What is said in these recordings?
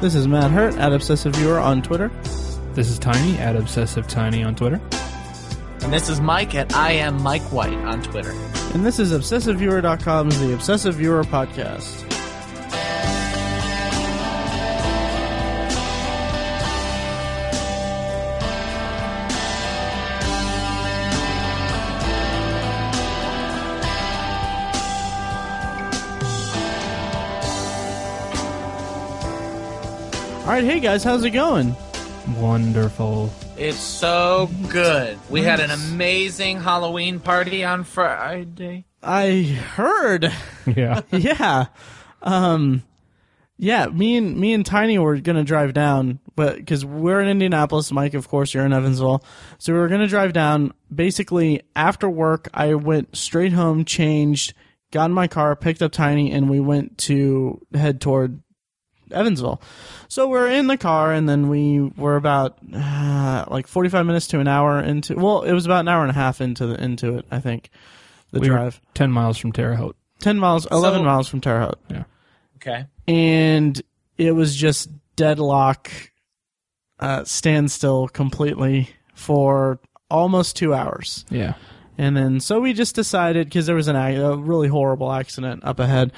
This is Matt Hurt at Obsessive Viewer on Twitter. This is Tiny at Obsessive Tiny on Twitter. And this is Mike at I am Mike White on Twitter. And this is ObsessiveViewer.com's The Obsessive Viewer Podcast. All right, hey guys, how's it going? Wonderful. It's so good. We had an amazing Halloween party on Friday. I heard. Yeah. yeah. Um yeah, me and me and Tiny were going to drive down, but cuz we're in Indianapolis, Mike of course, you're in Evansville. So we were going to drive down basically after work. I went straight home, changed, got in my car, picked up Tiny and we went to head toward Evansville. So we're in the car and then we were about uh, like 45 minutes to an hour into well, it was about an hour and a half into the into it, I think. The We were drive. 10 miles from Terre Haute. 10 miles, 11 So- miles from Terre Haute. Okay. And it was just deadlock, uh, standstill completely for almost two hours. Yeah. And then, so we just decided, because there was an, ac- a really horrible accident up ahead.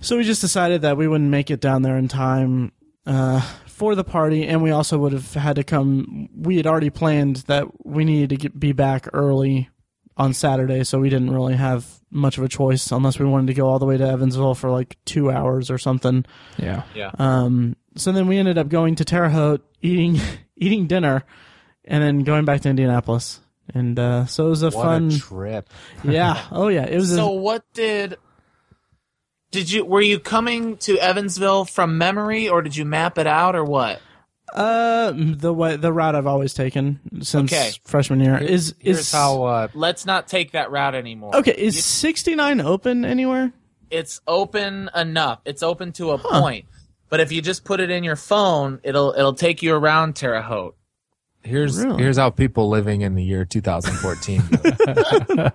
So we just decided that we wouldn't make it down there in time uh, for the party. And we also would have had to come, we had already planned that we needed to get, be back early on Saturday. So we didn't really have much of a choice unless we wanted to go all the way to Evansville for like two hours or something. Yeah. Yeah. Um, so then we ended up going to Terre Haute, eating eating dinner, and then going back to Indianapolis. And uh, so it was a What fun, a trip. yeah, oh yeah, it was. So a, what did did you were you coming to Evansville from memory or did you map it out or what? uh, the way the route I've always taken since Okay. freshman year is is Here's how uh, Let's not take that route anymore. okay. Is sixty nine open anywhere? It's open enough. It's open to a point. But if you just put it in your phone, it'll it'll take you around Terre Haute. here's Really? here's how people living in the year 2014. live.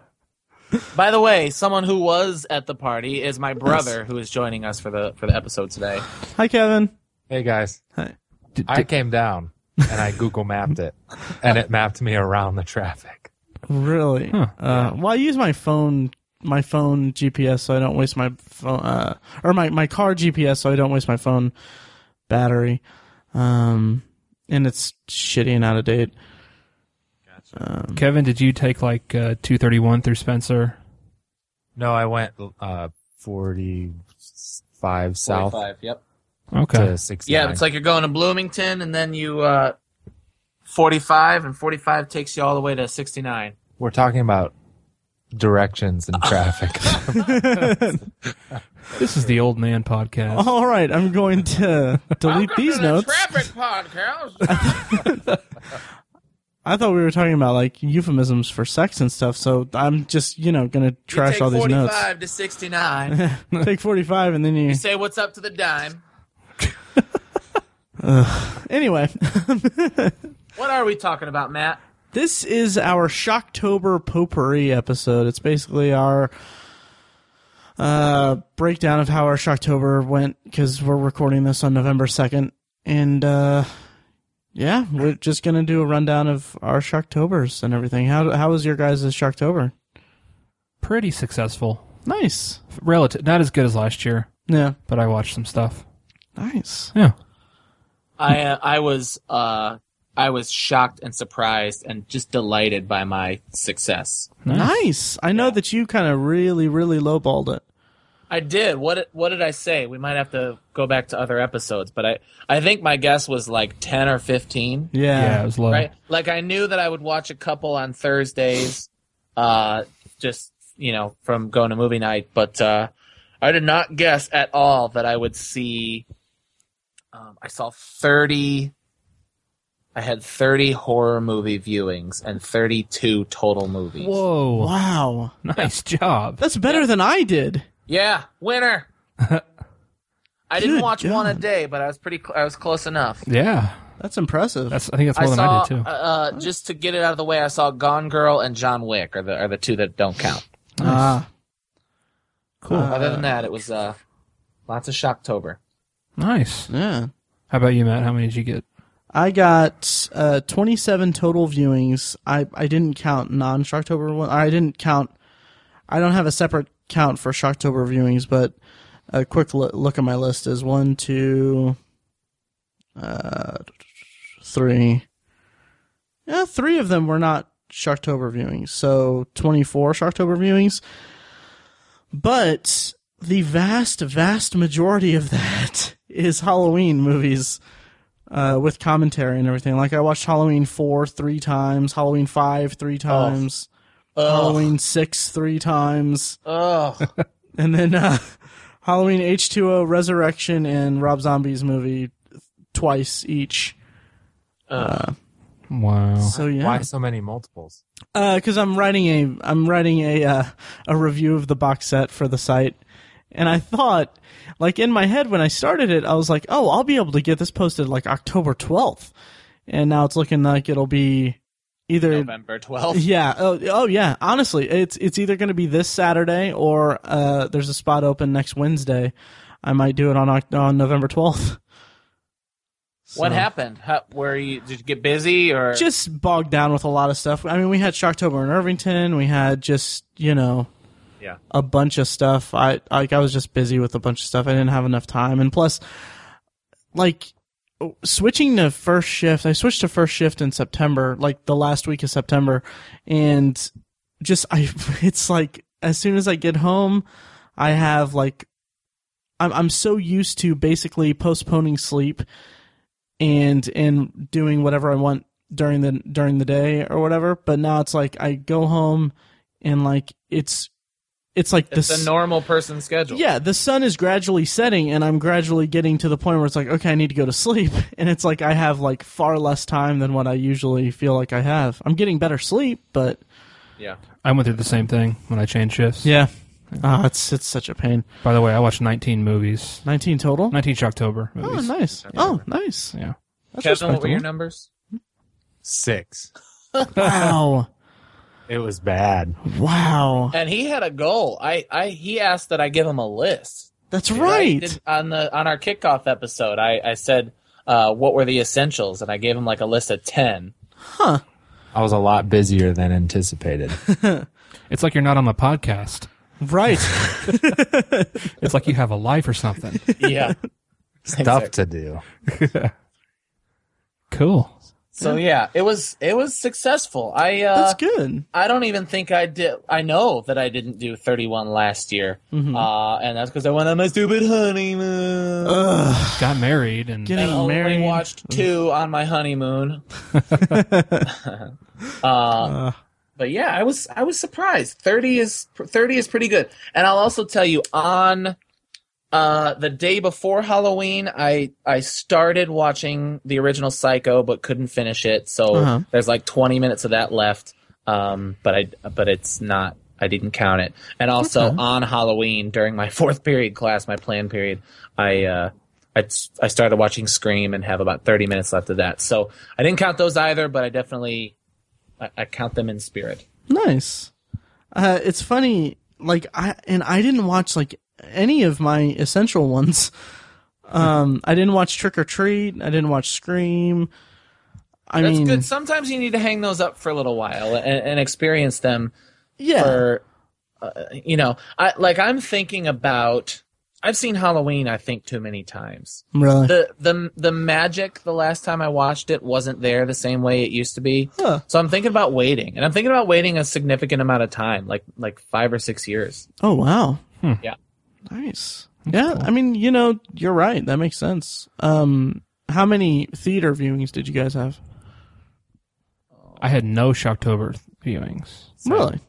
By the way, someone who was at the party is my brother who is joining us for the for the episode today. Hi, Kevin. hey guys, D- d- I came down and I Google mapped it, and it mapped me around the traffic. Really? Huh. Uh, well, I use my phone my phone GPS so I don't waste my phone uh, or my my car GPS so I don't waste my phone battery. Um, and it's shitty and out of date. Kevin, did you take like uh, 231 through Spencer? No, I went uh, 45 south yep. Okay. to 69. Yeah, it's like you're going to Bloomington and then you uh 45 and 45 takes you all the way to 69. we're talking about directions and traffic. This is the old man podcast. All right, I'm going to delete these notes. podcast. I thought we were talking about like euphemisms for sex and stuff, so I'm just you know gonna trash all these 45 to 69. notes. Take 45 and then you. Say what's up to the dime. Anyway, What are we talking about, Matt? This is our Shocktober potpourri episode. It's basically our uh, breakdown of how our Shocktober went because we're recording this on November 2nd. And uh, yeah, we're just going to do a rundown of our Shocktobers and everything. How, how was your guys' Shocktober? Pretty successful. Nice. Relative, not as good as last year, Yeah. but I watched some stuff. Nice. Yeah. I uh, I was uh I was shocked and surprised and just delighted by my success. Nice. Nice. I know that you kind of really, really lowballed it. I did. What what did I say? We might have to go back to other episodes, but I I think my guess was like 10 or 15. Yeah. Yeah, it was low. right? Like I knew that I would watch a couple on Thursdays, uh, just you know from going to movie night. But uh, I did not guess at all that I would see. Um, I saw thirty. I had thirty horror movie viewings and thirty-two total movies. Whoa. Wow. Nice job. That's better than I did. Yeah, winner. I didn't Good watch one a God. day, but I was pretty. Cl- I was close enough. Yeah. That's impressive. That's. I think that's I more than saw I did too. uh, uh, just to get it out of the way. I saw Gone Girl and John Wick are the are the two that don't count. Ah. cool. Other than that, it was uh, lots of uh, Shocktober. Nice. Yeah. How about you, Matt? How many did you get? I got uh, 27 total viewings. I, I didn't count non Shocktober one. I didn't count. I don't have a separate count for Shocktober viewings, but a quick lo- look at my list is one, two, uh, three. Yeah, three of them were not Shocktober viewings. So 24 Shocktober viewings. But the vast, vast majority of that is Halloween movies uh, with commentary and everything. Like I watched Halloween four three times, Halloween five three times, Oh, Halloween six three times, oh, and then uh, Halloween H two O Resurrection and Rob Zombie's movie twice each. Wow. So yeah, Why so many multiples? because I'm writing a I'm writing a uh, a review of the box set for the site, and I thought, like in my head when I started it, I was like, oh, I'll be able to get this posted like October twelfth, and now it's looking like it'll be either November twelfth. Yeah. Oh, oh yeah. Honestly, it's it's either going to be this Saturday or uh, there's a spot open next Wednesday. I might do it on Oct- on November twelfth. What happened? How, were you? Did you get busy or? Just bogged down with a lot of stuff. I mean, we had Shocktober in Irvington. We had just you know, Yeah. a bunch of stuff. I like I was just busy with a bunch of stuff. I didn't have enough time, and plus, like switching to first shift. I switched to first shift in September, like the last week of September, and just I. It's like as soon as I get home, I have like I'm I'm so used to basically postponing sleep and and doing whatever I want during the during the day or whatever. But now it's like I go home and like it's it's like it's this a normal person schedule. yeah, the sun is gradually setting, and I'm gradually getting to the point where it's like, okay, I need to go to sleep. And it's like I have like far less time than what I usually feel like I have. I'm getting better sleep, but yeah. I went through the same thing when I changed shifts. yeah, Ah, it's it's such a pain. By the way, I watched 19 movies. 19 total. 19 Shocktober Oh, movies. nice. Oh, nice. Yeah. That's Kevin, what were respectable. your numbers? Six. Wow, It was bad. wow. And he had a goal. I, I, he asked that I give him a list. That's I right. did- on the on our kickoff episode, I, I said uh, what were the essentials, and I gave him like a list of ten. I was a lot busier than anticipated. It's like you're not on the podcast. Right. It's like you have a life or something. Yeah. Stuff to do. Cool. So yeah, it was it was successful. I uh, That's good. I don't even think I did. I know that I didn't do 31 last year, uh, and that's because I went on my stupid honeymoon. Ugh. Got married and Get and getting only married. watched two on my honeymoon. uh, but yeah, I was I was surprised. Thirty is thirty is pretty good. And I'll also tell you on uh, the day before Halloween, I I started watching the original Psycho, but couldn't finish it. So Uh-huh. there's like twenty minutes of that left. Um, but I but it's not. I didn't count it. And also on Halloween during my fourth period class, my plan period, I uh, I, I started watching Scream and have about 30 minutes left of that. So I didn't count those either, but I definitely I, I count them in spirit. Nice. Uh, it's funny. Like I and I didn't watch like any of my essential ones. Um, I didn't watch Trick or Treat. I didn't watch Scream. I That's mean, good. Sometimes you need to hang those up for a little while and, and experience them yeah, for uh, you know, I like I'm thinking about I've seen Halloween I think too many times. really. the the the magic the last time I watched it wasn't there the same way it used to be. Huh. So I'm thinking about waiting, and I'm thinking about waiting a significant amount of time, like like five or six years. oh wow. Yeah. Nice. yeah, I mean, you know, you're right. That makes sense. Um, how many theater viewings did you guys have? I had no Shocktober viewings. Really?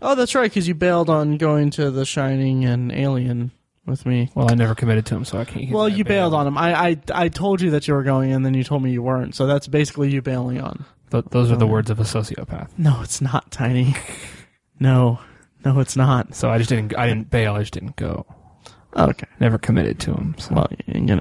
Oh, that's right. Because you bailed on going to The Shining and Alien with me. Well, I never committed to them, so I can't. Well, you bailed on. on him. I, I I told you that you were going, and then you told me you weren't. So that's basically you bailing on. Th- those Oh, are the words of a sociopath. No, it's not tiny. No, no, it's not. So I just didn't. I didn't bail. I just didn't go. Okay. Never committed to them. So. Well, you know,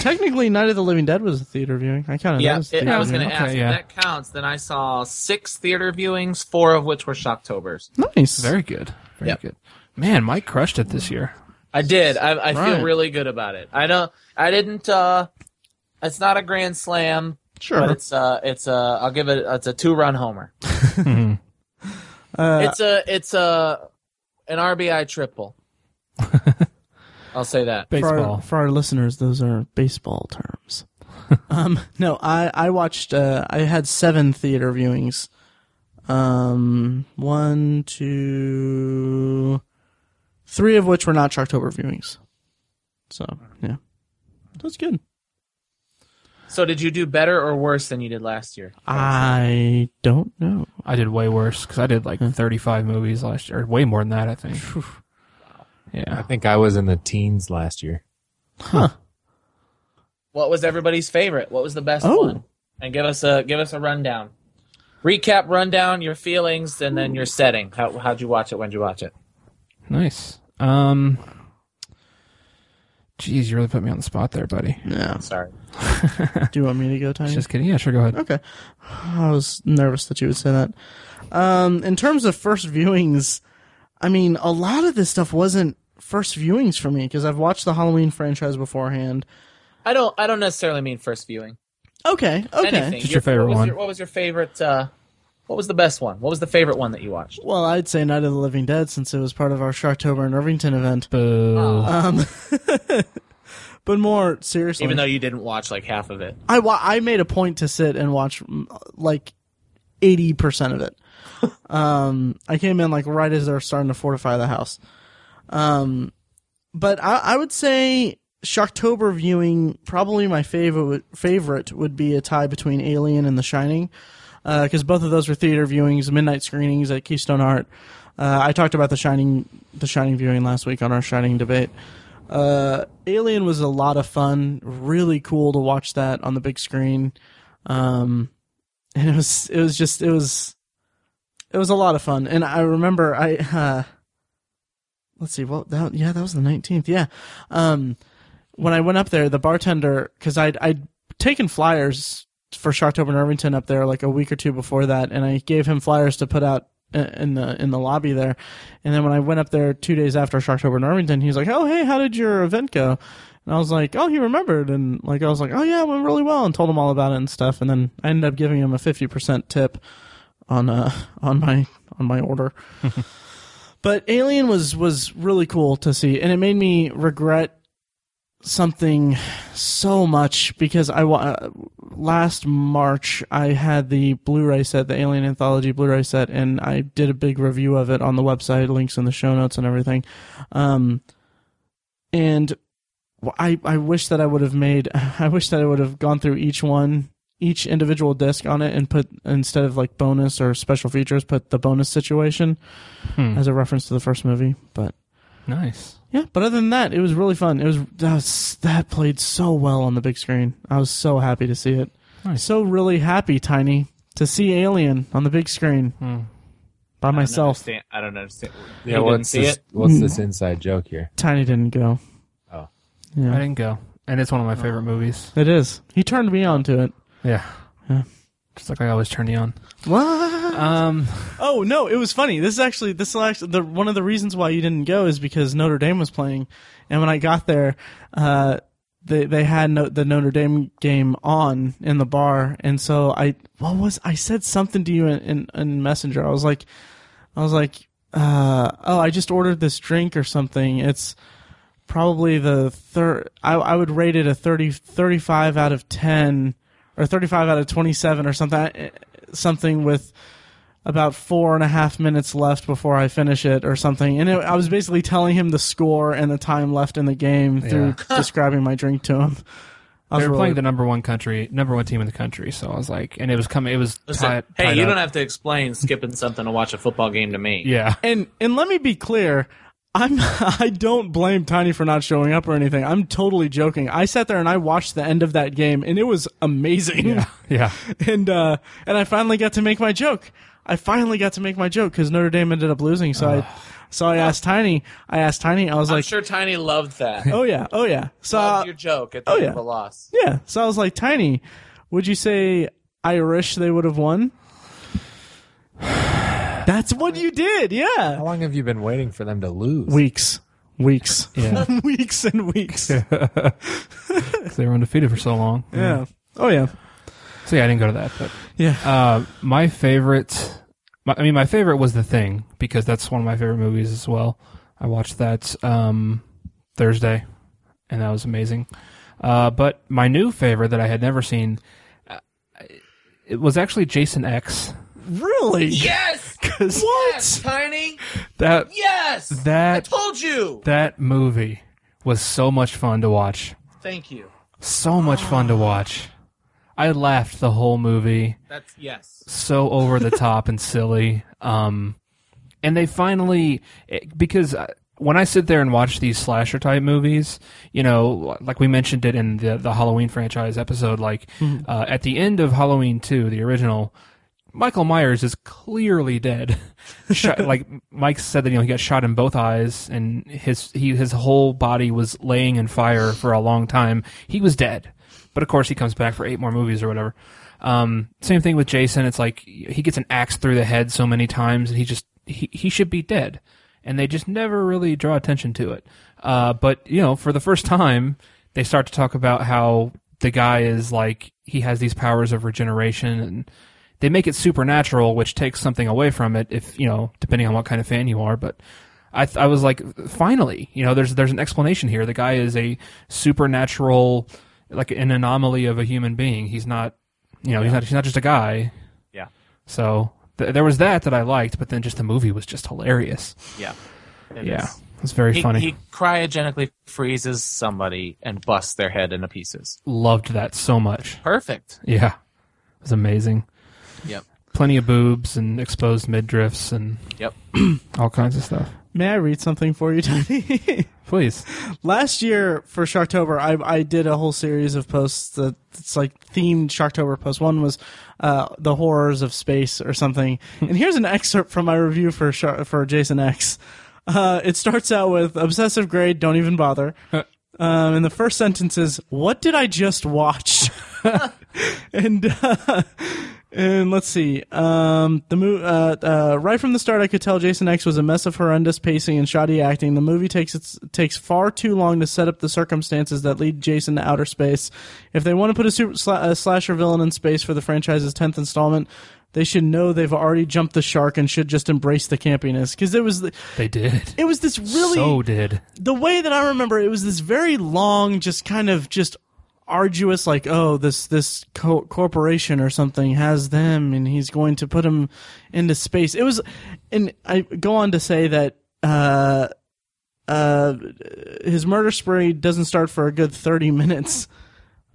technically, Night of the Living Dead was a theater viewing. I kind of Yeah, noticed. it- theater I was viewing. going to okay, ask yeah. if that counts. Then I saw six theater viewings, four of which were Shocktobers. Nice. Very good. Very Yep. good. Man, Mike crushed it this year. I did. I, I Right. feel really good about it. I don't. I didn't. uh It's not a grand slam, but Sure. it's uh it's uh I'll give it. It's a two run homer. Mhm. Hmm. Uh, It's a it's a an RBI triple. I'll say that. for Baseball. our, for our listeners, those are baseball terms. um, no, I I watched. Uh, I had seven theater viewings. Um, one, two, three of which were not October viewings. So yeah, that's good. So did you do better or worse than you did last year? Uh, I don't know. I did way worse because I did like Hmm. 35 movies last year, or way more than that, I think. I Yeah. think I was in the teens last year. What was everybody's favorite? What was the best Oh. one? And give us a give us a rundown. Recap, rundown, your feelings, and then your setting. How how'd you watch it? When'd you watch it? Nice. Um, geez, you really put me on the spot there, buddy. Yeah. Sorry. Do you want me to go, Tiny? Just kidding. Yeah, sure. Go ahead. Okay. I was nervous that you would say that. Um, in terms of first viewings, I mean, a lot of this stuff wasn't first viewings for me because I've watched the Halloween franchise beforehand. I don't I don't necessarily mean first viewing. Okay. Okay. Anything. Just your favorite what was one. Your, what was your favorite? Uh, what was the best one? What was the favorite one that you watched? Well, I'd say Night of the Living Dead since it was part of our Sharktober and Irvington event. Boo. Um, but more seriously, Even though you didn't watch like half of it. I wa- I made a point to sit and watch mm, like eighty percent of it. Um, I came in like right as they're starting to fortify the house. Um, but I, I would say Shocktober viewing probably my favorite favorite would be a tie between Alien and The Shining because both of those were theater viewings, midnight screenings at Keystone Art. Uh, I talked about the Shining, the Shining viewing last week on our Shining debate. Uh, Alien was a lot of fun, really cool to watch that on the big screen, um, and it was it was just it was it was a lot of fun. And I remember I uh, let's see, well that yeah that was the nineteenth, yeah. Um, when I went up there, the bartender because I'd I'd taken flyers for Shocktober and Irvington up there like a week or two before that, and I gave him flyers to put out i- in the in the lobby there. And then when I went up there two days after Shocktober in Irvington, he was like, "Oh hey, how did your event go?" And I was like, "Oh, he remembered." And like I was like, "Oh yeah, it went really well," and told him all about it and stuff. And then I ended up giving him a fifty percent tip on uh on my on my order. but Alien was was really cool to see, and it made me regret something so much because I wa- uh, last March I had the Blu-ray set, the Alien Anthology Blu-ray set, and I did a big review of it on the website, links in the show notes and everything. Um, and w- I I wish that I would have made I wish that I would have gone through each one each individual disc on it and put instead of like bonus or special features put the bonus situation Hmm. as a reference to the first movie but Nice. yeah, but other than that, it was really fun. It was that, was that played so well on the big screen. I was so happy to see it. Nice. So really happy, Tiny, to see Alien on the big screen Hmm. by I don't myself. understand- I don't understand. Yeah, You didn't what's see this, it? what's this inside joke here? Tiny didn't go. Oh. I yeah, didn't go. And it's one of my favorite movies. it is. He turned me on to it. Oh. Yeah. Yeah. Just like I always turn you on. What? Um, Oh no, it was funny. This is actually this is actually the one of the reasons why you didn't go is because Notre Dame was playing, and when I got there, uh, they they had no, the Notre Dame game on in the bar, and so I what was I said something to you in, in, in Messenger. I was like, I was like, uh, oh, I just ordered this drink or something. It's probably the third. I, I would rate it a 30, 35 out of ten or thirty five out of twenty seven or something. eh, Something with about four and a half minutes left before I finish it or something. And it, I was basically telling him the score and the time left in the game through describing my drink to him. I was they were really- playing the number one country, number one team in the country. So I was like, and it was coming, it was Listen, tied, hey, tied you up. don't have to explain skipping something to watch a football game to me. Yeah. and and let me be clear i'm i don't blame tiny for not showing up or anything i'm totally joking i sat there and i watched the end of that game and it was amazing Yeah. and uh and i finally got to make my joke i finally got to make my joke because notre dame ended up losing so i so i asked tiny i asked tiny i was I'm like sure Tiny loved that. oh yeah oh yeah so Loved uh, your joke at the oh, end yeah. of a loss. yeah so i was like tiny would you say irish they would have won that's what you did yeah How long have you been waiting for them to lose? weeks weeks, Yeah. weeks and weeks. Yeah. Because they were undefeated for so long. Oh yeah. So yeah, I didn't go to that. But Yeah. uh, my favorite, my, I mean, my favorite was The Thing because that's one of my favorite movies as well. I watched that um, Thursday, and that was amazing. Uh, but my new favorite that I had never seen, uh, it was actually Jason X. Really? Yes. 'Cause Yes, What? Tiny. that Yes. I that told you. that movie was so much fun to watch. Thank you. So much fun to watch. I laughed the whole movie. That's yes. so over the top and silly. Um, and they finally it- because uh, when I sit there and watch these slasher type movies, you know, like we mentioned it in the the Halloween franchise episode, like uh, at the end of Halloween two, the original. Michael Myers is clearly dead. shot, like Mike said that you know he got shot in both eyes and his he his whole body was laying in fire for a long time. He was dead. But of course he comes back for eight more movies or whatever. Um, same thing with Jason. It's like he gets an axe through the head so many times and he just he, he should be dead. And they just never really draw attention to it. Uh, but you know, for the first time, they start to talk about how the guy is like he has these powers of regeneration and they make it supernatural, which takes something away from it. If you know, depending on what kind of fan you are, but I, th- I was like, finally, you know, there's there's an explanation here. The guy is a supernatural, like an anomaly of a human being. He's not, you know, he's not he's not just a guy. Yeah. So th- there was that that I liked, but then just the movie was just hilarious. Yeah. It yeah, is. it's very He, funny. he cryogenically freezes somebody and busts their head into pieces. Loved that so much. Perfect. Yeah, it was amazing. Yep. Plenty of boobs and exposed midriffs and Yep. all kinds of stuff. May I read something for you, Tony? Please. Last year for Sharktober, I I did a whole series of posts that it's like themed Sharktober posts. One was uh, the horrors of space or something. and here's an excerpt from my review for Shar for Jason X. Uh, it starts out with obsessive grade. Don't even bother. Um, and the first sentence is, "What did I just watch?" and uh, and let's see. Um, the mo- uh, uh, right from the start, I could tell Jason X was a mess of horrendous pacing and shoddy acting. The movie takes its takes far too long to set up the circumstances that lead Jason to outer space. If they want to put a, super sla- a slasher villain in space for the franchise's tenth installment. They should know they've already jumped the shark and should just embrace the campiness because it was the, They did. it was this really so did. the way that I remember it was this very long, just kind of just arduous, like oh, this this co- corporation or something has them, and he's going to put them into space. It was, and I go on to say that. Uh, uh, his murder spree doesn't start for a good thirty minutes.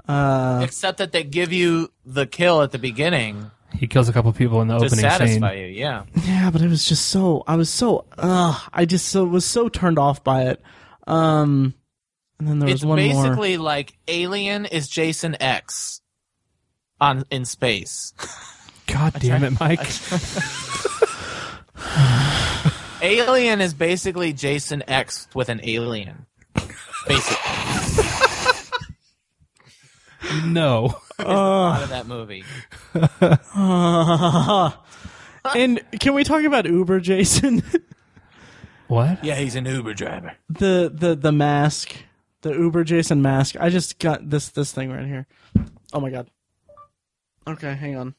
Except that they give you the kill at the beginning He kills a couple people in the to opening scene. satisfy you. Yeah. Yeah, but it was just so. I was so. Uh, I just so, was so turned off by it. Um, and then there It's was one more. basically like Alien is Jason X on in space. God damn it, Mike. Alien is basically Jason X with an alien. Basically, no. out of that movie. and can we talk about Uber, Jason? What? Yeah, he's an Uber driver. the the the mask, the Uber Jason mask. I just got this this thing right here. Oh my god. Okay, hang on.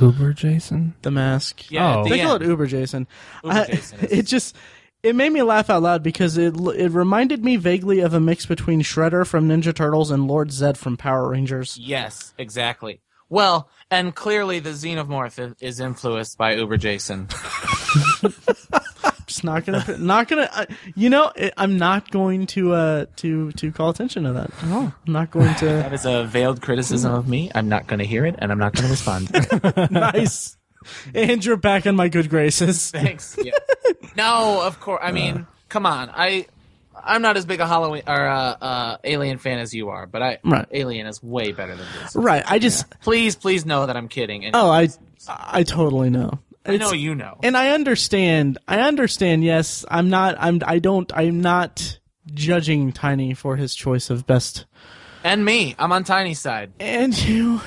Uber Jason? The mask. Yeah, Oh. at the They call it end. Uber Jason. Uber I- Jason is- it just it made me laugh out loud because it l- it reminded me vaguely of a mix between Shredder from Ninja Turtles and Lord Zed from Power Rangers. Yes, exactly. Well, and clearly the xenomorph i- is influenced by Uber Jason. Just not gonna not gonna I, you know I- I'm not going to uh to to call attention to that. at Oh. all. I'm not going to. That is a veiled criticism of me. I'm not going to hear it, and I'm not going to respond. nice. And you're back in my good graces. Thanks. Yeah. No, of course. I Uh. mean, come on. I I'm not as big a Halloween or uh, uh, Alien fan as you are, but I Right. Alien is way better than this. Right. I just. Please, please know that I'm kidding. And Oh, I. I totally know. I know It's- you know. And I understand. I understand. Yes, I'm not. I'm. I don't. I'm not judging Tiny for his choice of best And me. I'm on Tiny's side. and you,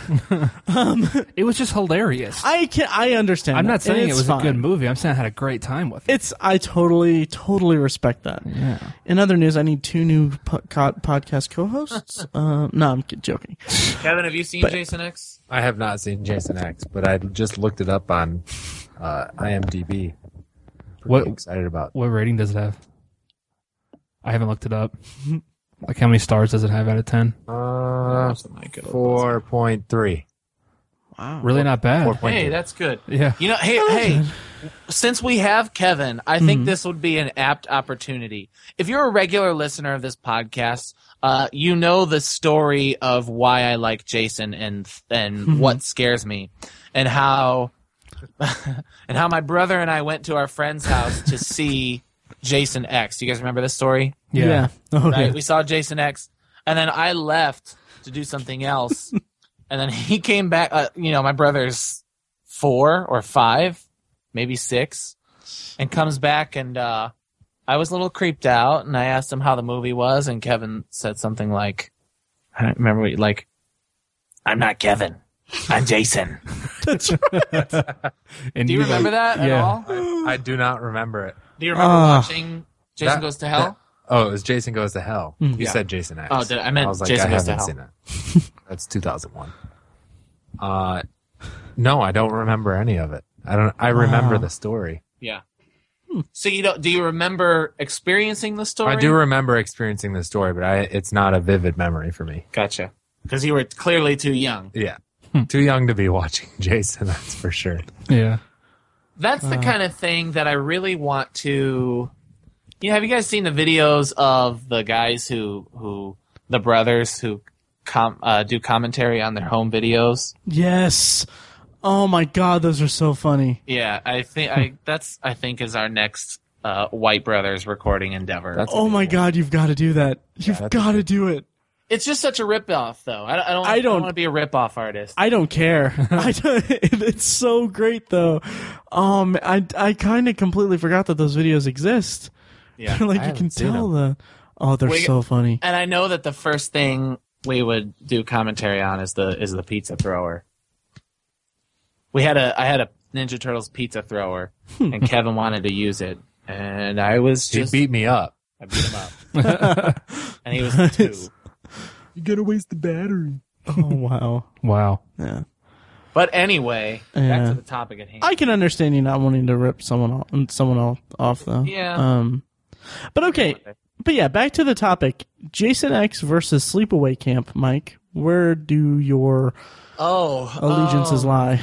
It was just hilarious. I can I understand. I'm that, not and saying it it's was fine. a good movie. I'm saying I had a great time with it. It's I totally totally respect that. Yeah. In other news, I need two new po- co- podcast co-hosts. uh, no, I'm kid- joking. Kevin, have you seen Jason X? I have not seen Jason X, but I just looked it up on uh, IMDb. Pretty What- excited about? What rating does it have? I haven't looked it up. Like how many stars does it have out of ten? Uh, four point three. Wow. Really not bad. Four point Hey, three. that's good. Yeah. You know, hey, hey. Since we have Kevin, I think this would be an apt opportunity. If you're a regular listener of this podcast, uh, you know the story of why I like Jason and and what scares me, and how and how my brother and I went to our friend's house to see Jason X. Do you guys remember this story? Yeah. Oh, right? yeah. We saw Jason X, and then I left to do something else, and then he came back. Uh, you know, my brother's four or five, maybe six, and comes back, and uh, I was a little creeped out, and I asked him how the movie was, and Kevin said something like, "I don't remember what you like." I'm not Kevin. I'm Jason. That's right. And Do you like- remember that at yeah. all? I, I do not remember it. Do you remember Ah. watching Jason That- Goes to Hell? Oh, it was Jason Goes to Hell. You Yeah. said Jason X. Oh, did- I meant I was like, Jason I Goes to haven't seen that. That's 2001. Uh, no, I don't remember any of it. I don't. I remember Wow. the story. Yeah. So you don't? Do you remember experiencing the story? Hmm. I do remember experiencing the story, but I, it's not a vivid memory for me. Gotcha. Because you were clearly too young. Yeah, too young to be watching Jason. That's for sure. Yeah. That's Uh. the kind of thing that I really want to. You know, have you guys seen the videos of the guys who who the brothers who com, uh, do commentary on their home videos? yes. Oh my God, those are so funny. Yeah, I think Hmm. I that's I think is our next uh, White Brothers recording endeavor. That's- Oh my God, you've got to do that. You've that's got to good. do it. it's just such a ripoff, though. I, don't- I don't. I I don't- don't want to be a ripoff artist. I don't care. I don't, it's so great though. Um, I I kind of completely forgot that those videos exist. Yeah. like I you can haven't seen tell the. Oh, they're Wait. so funny. and I know that the first thing we would do commentary on is the is the pizza thrower. We had a I had a Ninja Turtles pizza thrower, and Kevin wanted to use it, and I was He just beat me up. I beat him up, and he was two. You gotta waste the battery. Oh wow. Wow. Yeah. But anyway, back Yeah. to the topic at hand. I can understand you not wanting to rip someone off, someone off, off though. Yeah. Um, but okay. But yeah, back to the topic: Jason X versus Sleepaway Camp. Mike, where do your oh, allegiances oh. lie?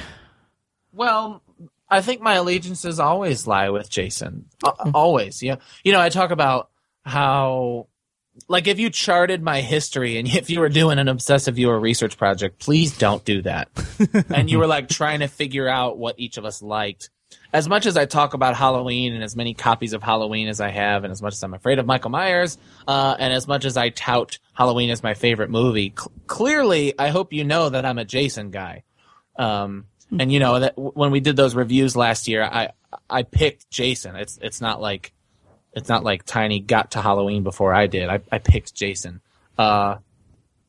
Well, I think my allegiances always lie with Jason. A- Always, yeah. You know, I talk about how, like, if you charted my history and if you were doing an obsessive viewer research project, please don't do that. and you were like trying to figure out what each of us liked. As much as I talk about Halloween and as many copies of Halloween as I have, and as much as I'm afraid of Michael Myers, uh, and as much as I tout Halloween as my favorite movie, cl- clearly I hope you know that I'm a Jason guy. Um, Hmm. and you know that w- when we did those reviews last year, I I picked Jason. It's it's not like it's not like Tiny got to Halloween before I did. I, I picked Jason. Uh,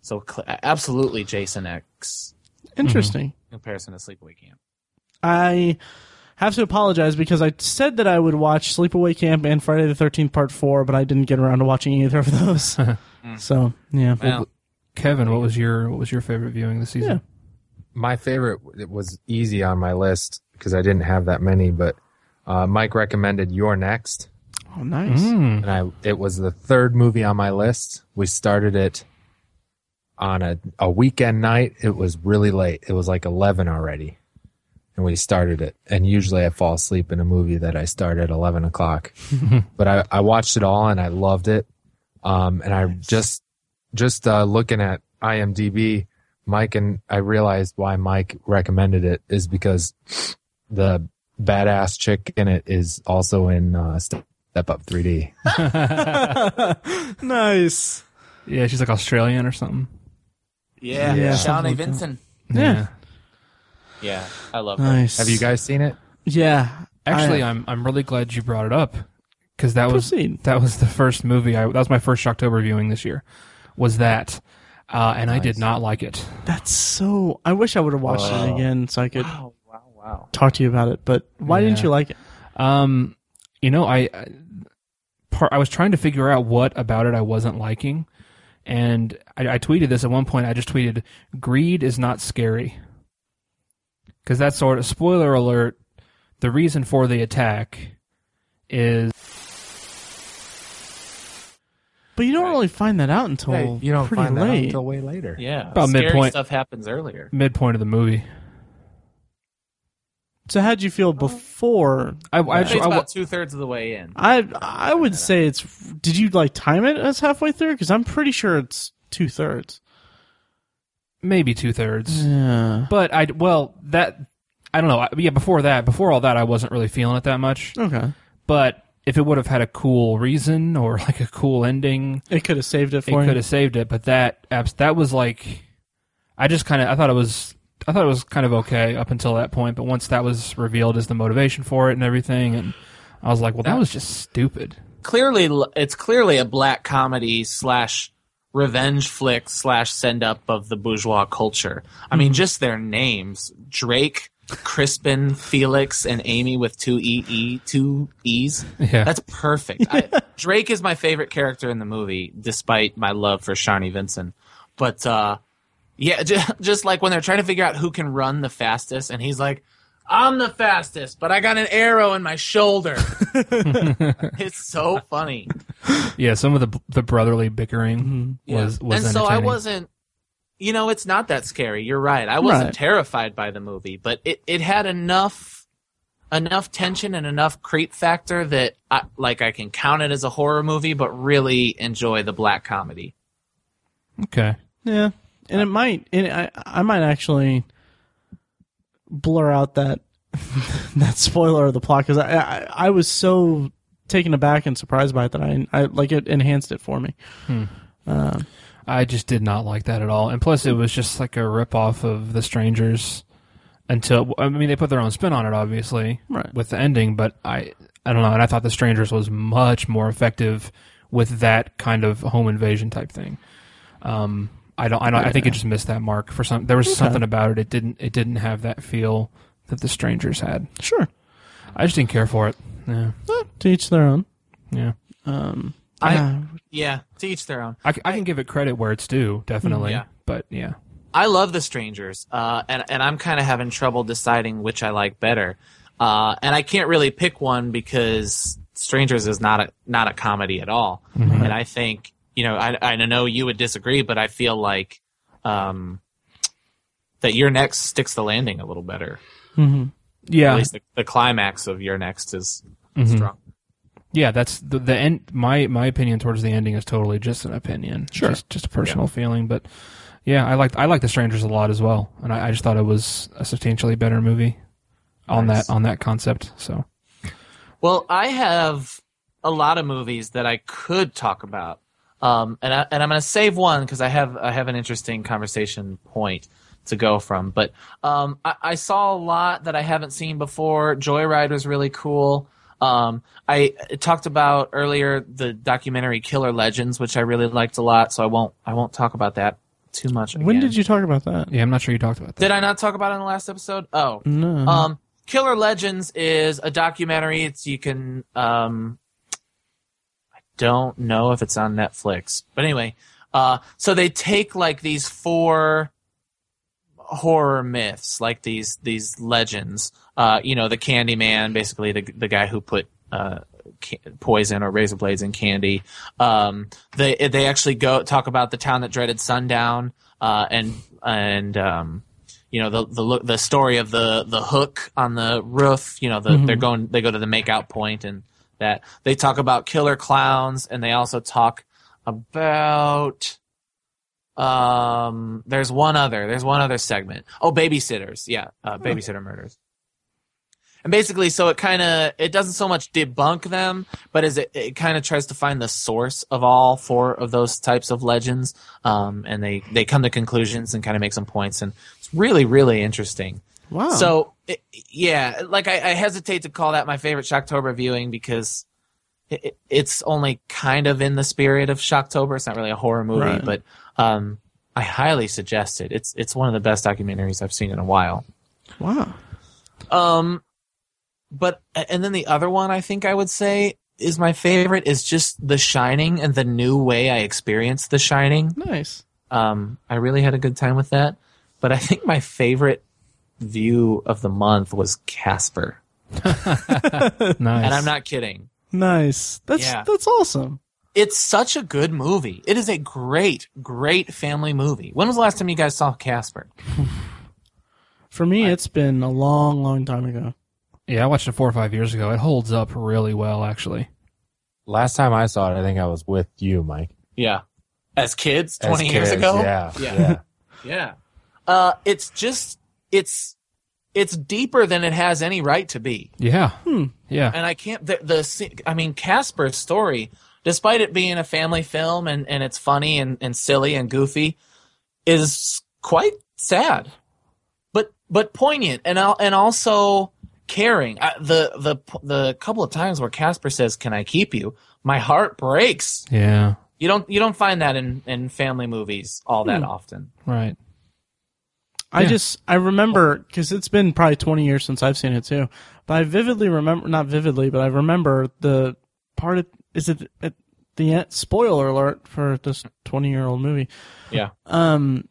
so cl- absolutely Jason X Interesting. in comparison to Sleepaway Camp. I have to apologize because I said that I would watch Sleepaway Camp and Friday the Thirteenth Part Four, but I didn't get around to watching either of those. so yeah, Well, Kevin, what was your what was your favorite viewing this season? My favorite it was easy on my list because I didn't have that many, but uh, Mike recommended Your Next, oh nice. Mm. and I it was the third movie on my list. We started it on a, a weekend night. It was really late. It was like eleven already, and we started it. And usually I fall asleep in a movie that I start at eleven o'clock, but I, I watched it all and I loved it. Um, and I just just uh, looking at IMDb, Mike and I realized why Mike recommended it is because the badass chick in it is also in uh, Step Up 3D. nice. Yeah, she's like Australian or something. yeah, Yeah. Shawnee Something like that. Vincent. Yeah. Yeah, I love her. Nice. Have you guys seen it? Yeah. Actually, I, I'm I'm really glad you brought it up because that was Proceed. that was the first movie I that was my first Shocktober viewing this year. Was that uh, and I did Nice. not like it. That's so. I wish I would have watched it Wow. again so I could Wow, Oh, wow, wow. talk to you about it. But why didn't Yeah. you like it? Um, you know, I, I part I was trying to figure out what about it I wasn't liking, and I, I tweeted this at one point. I just tweeted, "Greed is not scary," because that's sort of spoiler alert. The reason for the attack is But you don't Right. really find that out until Hey, you don't pretty find that out late. until way later. Yeah, About scary midpoint. stuff happens earlier. midpoint of the movie. So how'd you feel before? I, I, I actually- think I, it's wa- about two thirds of the way in. I I would say it's. Did you like time it as halfway through? Because I'm pretty sure it's two thirds. maybe two thirds. Yeah. But I well that I don't know. I, yeah, before that, before all that, I wasn't really feeling it that much. Okay. But if it would have had a cool reason or like a cool ending, It could have saved it it for could you. have saved it. But that abs- that was like I just kind of I thought it was I thought it was kind of okay up until that point. But once that was revealed as the motivation for it and everything, and I was like, well, that was just stupid. Clearly, it's clearly a black comedy slash revenge flick slash send up of the bourgeois culture. I mean, just their names: Drake, Crispin, Felix, and Amy with two e e two e's. Yeah. That's perfect. I, Drake is my favorite character in the movie, despite my love for Shawnee Vincent. But uh, yeah, just, just like when they're trying to figure out who can run the fastest, and he's like, "I'm the fastest, but I got an arrow in my shoulder." it's so funny. yeah, some of the the brotherly Mm-hmm. bickering Mm-hmm. Yeah. was was and so I entertaining. wasn't. You know, it's not that scary. You're right. I wasn't Right. terrified by the movie, but it it had enough enough tension and enough creep factor that I, like I can count it as a horror movie, but really enjoy the black comedy. okay. Yeah. And it might. And I I might actually blur out that that spoiler of the plot because I, I I was so taken aback and surprised by it that I I like it enhanced it for me. I just did not like that at all. And plus, it was just like a ripoff of The Strangers. Until I mean, they put their own spin on it, obviously, Right. with the ending. But I, I don't know. And I thought The Strangers was much more effective with that kind of home invasion type thing. Um, I don't. I don't. I think it just missed that mark for some. There was something about it. It didn't. It didn't have that feel that The Strangers had. Sure. I just didn't care for it. Yeah. Eh, To each their own. Yeah. Um. I- yeah. Yeah, to each their own. I, c- I can give it credit where it's due, definitely. Mm, Yeah. But yeah. I love The Strangers, uh, and and I'm kind of having trouble deciding which I like better, uh, and I can't really pick one because Strangers is not a not a comedy at all, and I think you know I I know you would disagree, but I feel like um, that your next sticks the landing a little better. hmm Yeah. At least the, the climax of your next is Mhm. strong. Yeah, that's the, the end. My my opinion towards the ending is totally just an opinion, Sure. just, just a personal feeling. But yeah, I liked I liked The Strangers a lot as well, and I, I just thought it was a substantially better movie on Nice. that on that concept. So Well, I have a lot of movies that I could talk about, um, and I, and I'm going to save one because I have I have an interesting conversation point to go from. But um, I, I saw a lot that I haven't seen before. Joyride was really cool. Um, I talked about earlier the documentary Killer Legends, which I really liked a lot. So I won't I won't talk about that too much. Again. When did you talk about that? yeah, I'm not sure you talked about that. Did I not talk about it in the last episode? Oh, No. um, Killer Legends is a documentary. It's you can. Um, I don't know if it's on Netflix, but anyway, uh, so they take like these four horror myths, like these these legends. Uh, you know, the Candyman, basically the the guy who put uh, ca- poison or razor blades in candy. Um, they they actually go talk about the town that dreaded sundown, uh, and and um, you know the the look the story of the the hook on the roof. You know, the, they're going they go to the makeout point and that they talk about killer clowns, and they also talk about um, there's one other. There's one other segment. Oh, babysitters. Yeah, uh, babysitter murders. And basically, so it kind of it doesn't so much debunk them, but as it, it kind of tries to find the source of all four of those types of legends, um, and they they come to conclusions and kind of make some points, and it's really really interesting. wow. So it, yeah, like I, I hesitate to call that my favorite Shocktober viewing because it, it- it's only kind of in the spirit of Shocktober. It's not really a horror movie, Right. but um, I highly suggest it. It's it's one of the best documentaries I've seen in a while. Wow. Um, but and then the other one I think I would say is my favorite is just The Shining and the new way I experienced The Shining. Nice. Um, I really had a good time with that. But I think my favorite view of the month was Casper, Nice. and I'm not kidding. Nice. That's Yeah. that's awesome. It's such a good movie. It is a great, great family movie. When was the last time you guys saw Casper? For me, it's been a long, long time ago. Yeah, I watched it four or five years ago. It holds up really well, actually. Last time I saw it, I think I was with you, Mike. Yeah, as kids, As twenty years kids, ago. Yeah. Yeah. yeah. Yeah. Uh, it's just it's it's deeper than it has any right to be, Yeah. Hmm. Yeah. and I can't the the se- I mean Casper's story, despite it being a family film and and it's funny and and silly and goofy, is quite sad, but but poignant and al- and also caring. I, the the the couple of times where Casper says, "Can I keep you?" My heart breaks. Yeah. You don't you don't find that in in family movies all that Hmm. often. Right. I Yeah. just I remember because it's been probably twenty years since I've seen it too. But I vividly remember, not vividly, but I remember the part. Of, is it at the end? Spoiler alert for this twenty-year-old movie. Yeah. Um,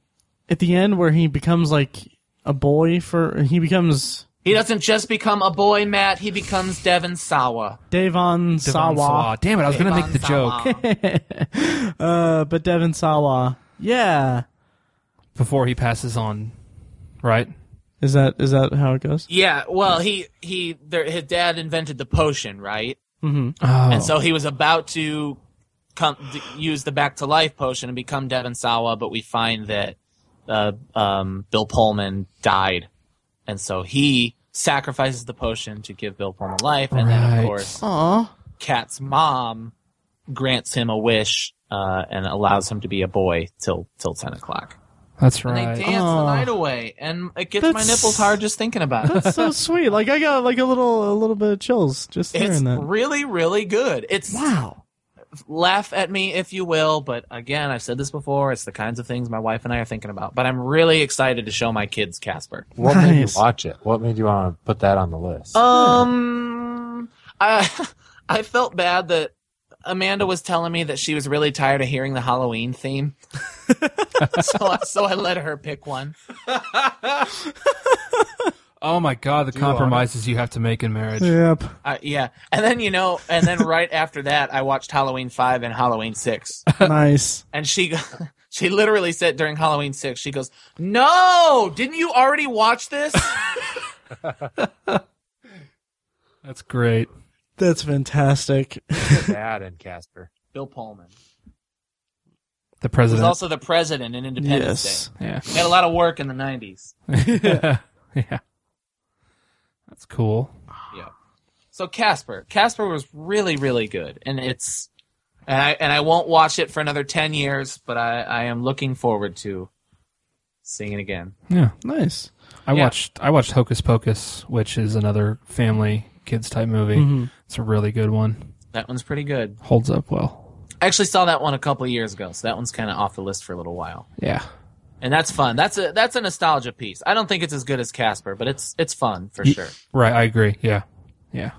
at the end where he becomes like a boy for he becomes He doesn't just become a boy, Matt. He becomes Devon Sawa. Devon, Devon Sawa. Damn it, I was going to make the Devon joke Sawa. uh, but Devon Sawa. Yeah. before he passes on. Right? Is that is that how it goes? yeah, well, he he, there, his dad invented the potion, right? Mm-hmm. Oh. And so he was about to come d- use the back to life potion and become Devon Sawa, but we find that uh, um, Bill Pullman died, and so he sacrifices the potion to give Bill Pullman life, and then Right. of course Aw. Cat's mom grants him a wish uh, and allows him to be a boy till till ten o'clock. That's And they right. dance the Aw. night away, and it gets my Oh. That's- nipples hard just thinking about it. That's so sweet. Like I got like a little a little bit of chills just It's hearing that. really, really good. It's wow. laugh at me if you will, but again, I've said this before. It's the kinds of things my wife and I are thinking about. But I'm really excited to show my kids Casper. What made you Nice. watch it? What made you want to put that on the list? Oh. Um, I I felt bad that Amanda was telling me that she was really tired of hearing the Halloween theme, so I, so I let her pick one. Oh my god, the you want compromises you have to make in marriage. Yep. Uh, yeah, and then you know, and then right after that, I watched Halloween five and Halloween six. nice. and she she literally said during Halloween six, she goes, "No, didn't you already watch this?" That's great. That's fantastic. Dad and Casper. Bill Pullman The he was president. also the president in yes. Independence yeah. Day. He had a lot of work in the '90s. yeah. That's cool. So Casper, Casper was really really good, and it's and I and I won't watch it for another ten years, but I I am looking forward to seeing it again. Yeah. Nice. I Yeah. watched I watched Hocus Pocus, which is another family kids type movie. Mhm. It's a really good one. That one's pretty good. Holds up well. I actually saw that one a couple of years ago, so that one's kind of off the list for a little while. Yeah. and that's fun. That's a that's a nostalgia piece. I don't think it's as good as Casper, but it's it's fun for Ye- sure. Right, I agree. Yeah. Yeah.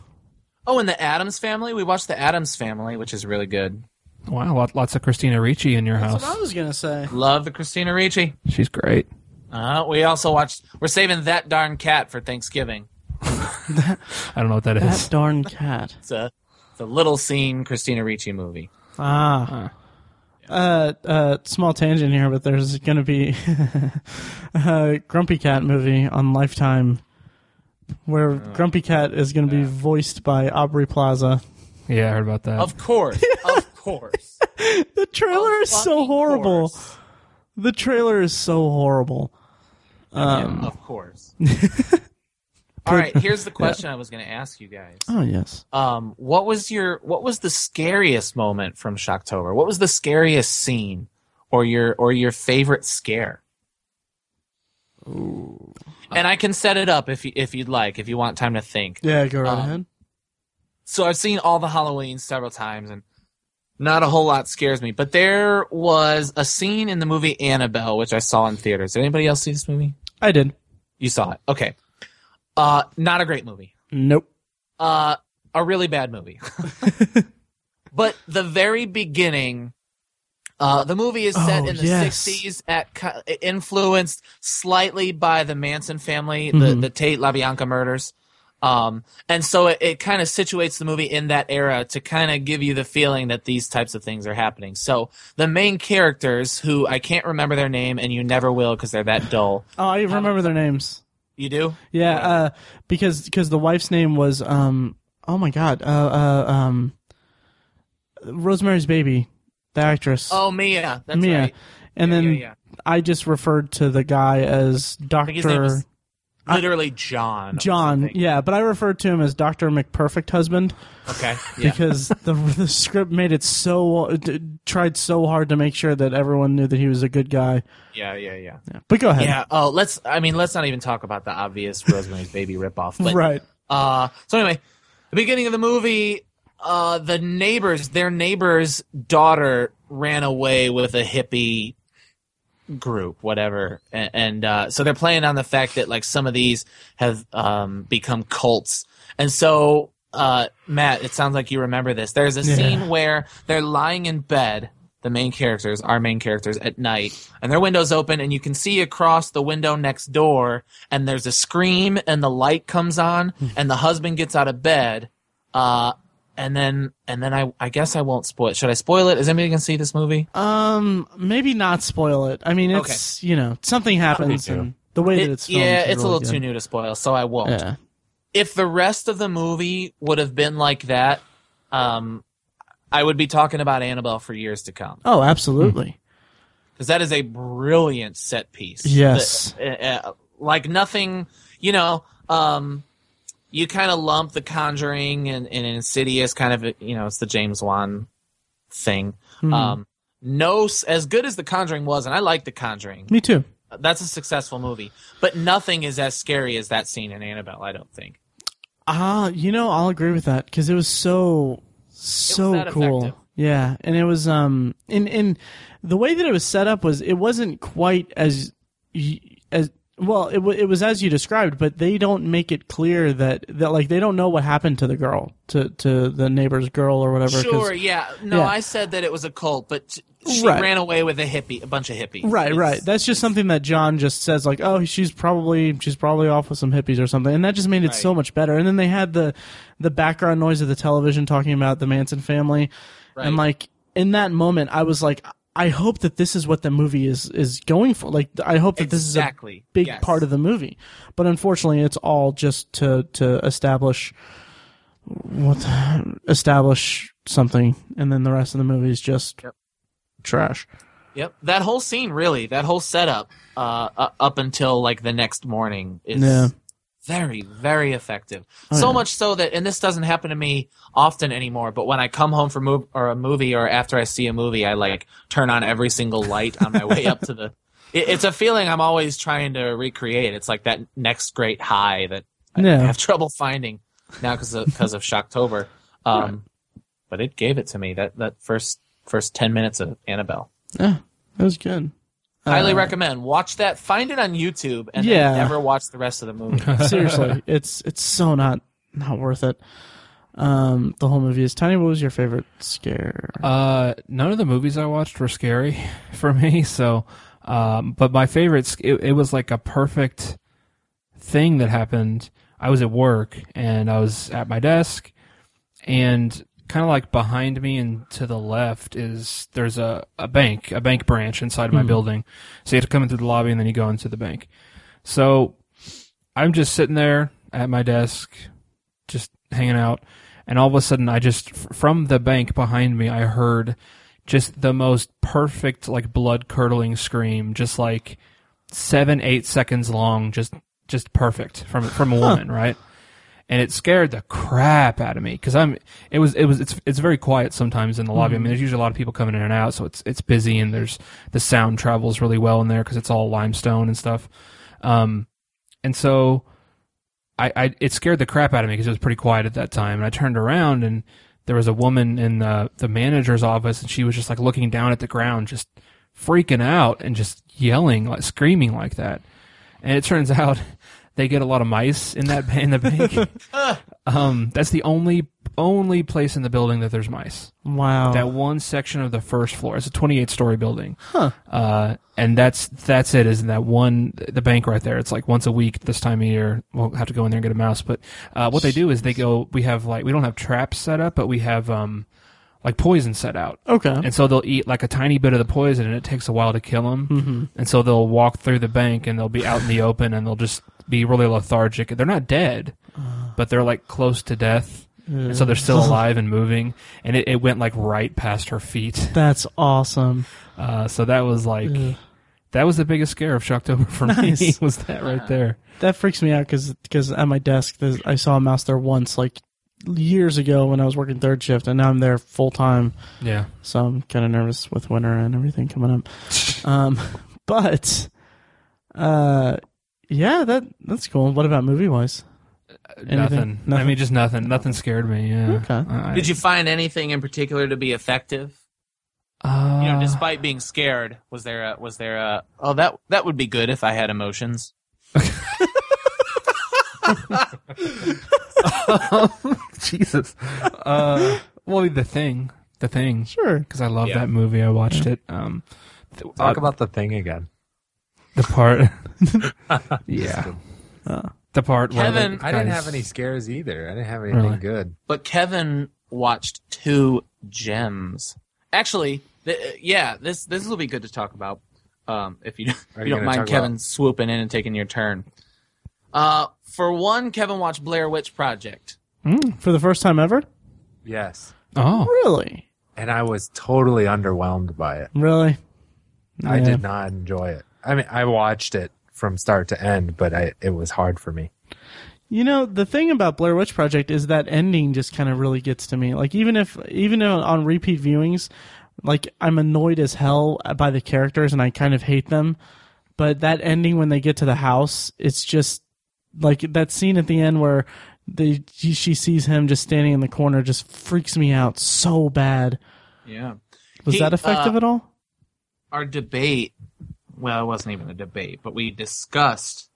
Oh, and the Adams Family. We watched the Adams Family, which is really good. Wow, lot, lots of Christina Ricci in your That's house. what I was gonna say. Love the Christina Ricci. She's great. Uh, we also watched. We're saving that darn cat for Thanksgiving. I don't know what that That is. darn cat. It's a it's a little scene Christina Ricci movie. Ah. Uh, uh, small tangent here, but there's gonna be a Grumpy Cat movie on Lifetime, where Grumpy Cat is gonna be voiced by Aubrey Plaza. Yeah, I heard about that. Of course, of course. The trailer is so Fucking horrible. course. The trailer is so horrible. Um. Of course. All right. Here's the question I was going to ask you guys. Oh yes. um, what was your what was the scariest moment from Shocktober? What was the scariest scene or your or your favorite scare? And I can set it up if you, if you'd like, if you want time to think. Yeah. Go right Um, ahead. So I've seen all the Halloween several times, and not a whole lot scares me. But there was a scene in the movie Annabelle, which I saw in theaters. Did anybody else see this movie? I did. You saw it. Okay. Uh, not a great movie. Nope. Uh, a really bad movie. but the very beginning, uh, the movie is set Oh, in the yes. 60s, at ki- influenced slightly by the Manson family, the, Mhm. the Tate LaBianca murders. Um, and so it, it kind of situates the movie in that era to kind of give you the feeling that these types of things are happening. So the main characters, who I can't remember their name, and you never will because they're that dull. Oh, I remember their names. You do? Yeah, uh, because because the wife's name was um oh my god uh, uh um Rosemary's Baby, the actress Oh, Mia. That's Mia, right. and Yeah, then yeah, I just referred to the guy as think his name Doctor was- yeah. literally John. or John. something. Yeah, but I referred to him as Doctor McPerfect Husband Okay. Yeah. because the the script made it so d- tried so hard to make sure that everyone knew that he was a good guy. yeah. Yeah. Yeah. Yeah. But go ahead. Yeah. Oh, let's. I mean, let's not even talk about the obvious Rosemary's Baby ripoff. But right. Uh, so anyway, the beginning of the movie, uh, the neighbors, their neighbor's daughter ran away with a hippie group, whatever, and, and uh, so they're playing on the fact that like some of these have um, become cults, and so. Uh, Matt, it sounds like you remember this. There's a Yeah. scene where they're lying in bed, the main characters, our main characters, at night, and their window's open, and you can see across the window next door and there's a scream and the light comes on and the husband gets out of bed uh and then and then i i guess i won't spoil it should i spoil it is anybody gonna see this movie Um, maybe not spoil it. I mean, it's you know something happens too. and the way that it's It- yeah filmed is it's a little really too good. new to spoil so i won't Yeah. if the rest of the movie would have been like that um i would be talking about annabelle for years to come Oh, absolutely. because that is a brilliant set piece. Yes. The- uh, uh, like nothing, you know. Um, you kind of lump The Conjuring and, and Insidious, kind of, you know, it's the James Wan thing. Mhm. Um, no, s- as good as The Conjuring was, and I like The Conjuring. Me too. That's a successful movie, but nothing is as scary as that scene in Annabelle. I don't think. Ah, you know, I'll agree with that because it was so so that cool. effective. Yeah, and it was um, and and the way that it was set up was it wasn't quite as y- as well. It w- it was as you described, but they don't make it clear that that like they don't know what happened to the girl to to the neighbor's girl or whatever. 'cause- Sure, yeah. No, yeah. I said that it was a cult, but she Right. ran away with a hippie, a bunch of hippies. Right, It's- right. That's just something that John just says, like, "Oh, she's probably she's probably off with some hippies or something," and that just made it so much better. And then they had the the background noise of the television talking about the Manson family, Right. and like in that moment, I was like, "I hope that this is what the movie is is going for." Like, I hope that this is a exactly big yes. part of the movie, but unfortunately, it's all just to to establish what establish something, and then the rest of the movie is just Yep. trash. Yep, that whole scene, really, that whole setup, uh, uh, up until like the next morning, is Yeah. very, very effective. Oh, so yeah. much so that, and this doesn't happen to me often anymore. But when I come home from mov- or a movie, or after I see a movie, I like turn on every single light on my way up to the. It, it's a feeling I'm always trying to recreate. It's like that next great high that I Yeah. have trouble finding now because of, 'cause of Shocktober. Um, But it gave it to me that that first first ten minutes of Annabelle. Yeah, that was good. Highly Uh, recommend. Watch that. Find it on YouTube and Yeah. then never watch the rest of the movie. Seriously, it's it's so not not worth it. Um, the whole movie is tiny. What was your favorite scare? Uh, none of the movies I watched were scary for me. So, um, but my favorites, it, it was like a perfect thing that happened. I was at work and I was at my desk, and kind of like behind me and to the left is there's a, a bank, a bank branch inside my building. So you have to come in through the lobby and then you go into the bank. So I'm just sitting there at my desk, just hanging out, and all of a sudden, I just f- from the bank behind me, I heard just the most perfect, like blood curdling scream, just like seven, eight seconds long, just just perfect from from a woman, right? And it scared the crap out of me because I'm. It was. It was. It's. It's very quiet sometimes in the lobby. I mean, there's usually a lot of people coming in and out, so it's it's busy and there's the sound travels really well in there because it's all limestone and stuff. Um, and so I, I it scared the crap out of me because it was pretty quiet at that time. And I turned around and there was a woman in the the manager's office, and she was just like looking down at the ground, just freaking out and just yelling, like screaming like that. And it turns out they get a lot of mice in that in the bank. um, that's the only only place in the building that there's mice. Wow. That one section of the first floor. It's a 28 story building. Huh. Uh, and that's that's it. Is in that one the bank right there? It's like once a week this time of year. We'll have to go in there and get a mouse. But uh, what they do is they go. We have like we don't have traps set up, but we have um like poison set out. okay. And so they'll eat like a tiny bit of the poison, and it takes a while to kill them. Mm-hmm. And so they'll walk through the bank, and they'll be out in the open, and they'll just be really lethargic. They're not dead, but they're like close to death, and so they're still alive and moving. And it, it went like right past her feet. That's awesome. Uh, so that was like Ugh. that was the biggest scare of Shocktober for me. Nice. Was that right there? That freaks me out because at my desk there's- I saw a mouse there once, like years ago when I was working third shift, and now I'm there full time. Yeah. So I'm kind of nervous with winter and everything coming up. Um, but uh, yeah, that that's cool. What about movie wise? Nothing. I Nothing? mean, just nothing. Nothing scared me. Yeah. Okay. I- Did you find anything in particular to be effective? Uh, you know, despite being scared, was there a, was there a oh that that would be good if I had emotions. Jesus. Uh, well, the thing, the thing, Sure. because I love Yeah. that movie. I watched it. Um, th- Talk uh, about the thing again. the part. yeah. the part. where the Kevin, I didn't guys- have any scares either. I didn't have anything Really? good. But Kevin watched two gems. Actually, th- uh, yeah, this this will be good to talk about. Um, if you, if Are you you don't gonna mind, talk Kevin about- swooping in and taking your turn. Uh, for one, Kevin watched Blair Witch Project. For the first time ever? Yes. Oh, Really? And I was totally underwhelmed by it. Really? I Yeah. did not enjoy it. I mean, I watched it from start to end, but I, it was hard for me. You know, the thing about Blair Witch Project is that ending just kind of really gets to me. Like even if even on- on repeat viewings, like I'm annoyed as hell by the characters and I kind of hate them, but that ending when they get to the house, it's just like that scene at the end where they she she sees him just standing in the corner just freaks me out so bad. Yeah. Was He- that effective uh, at all? our debate well it wasn't even a debate but we discussed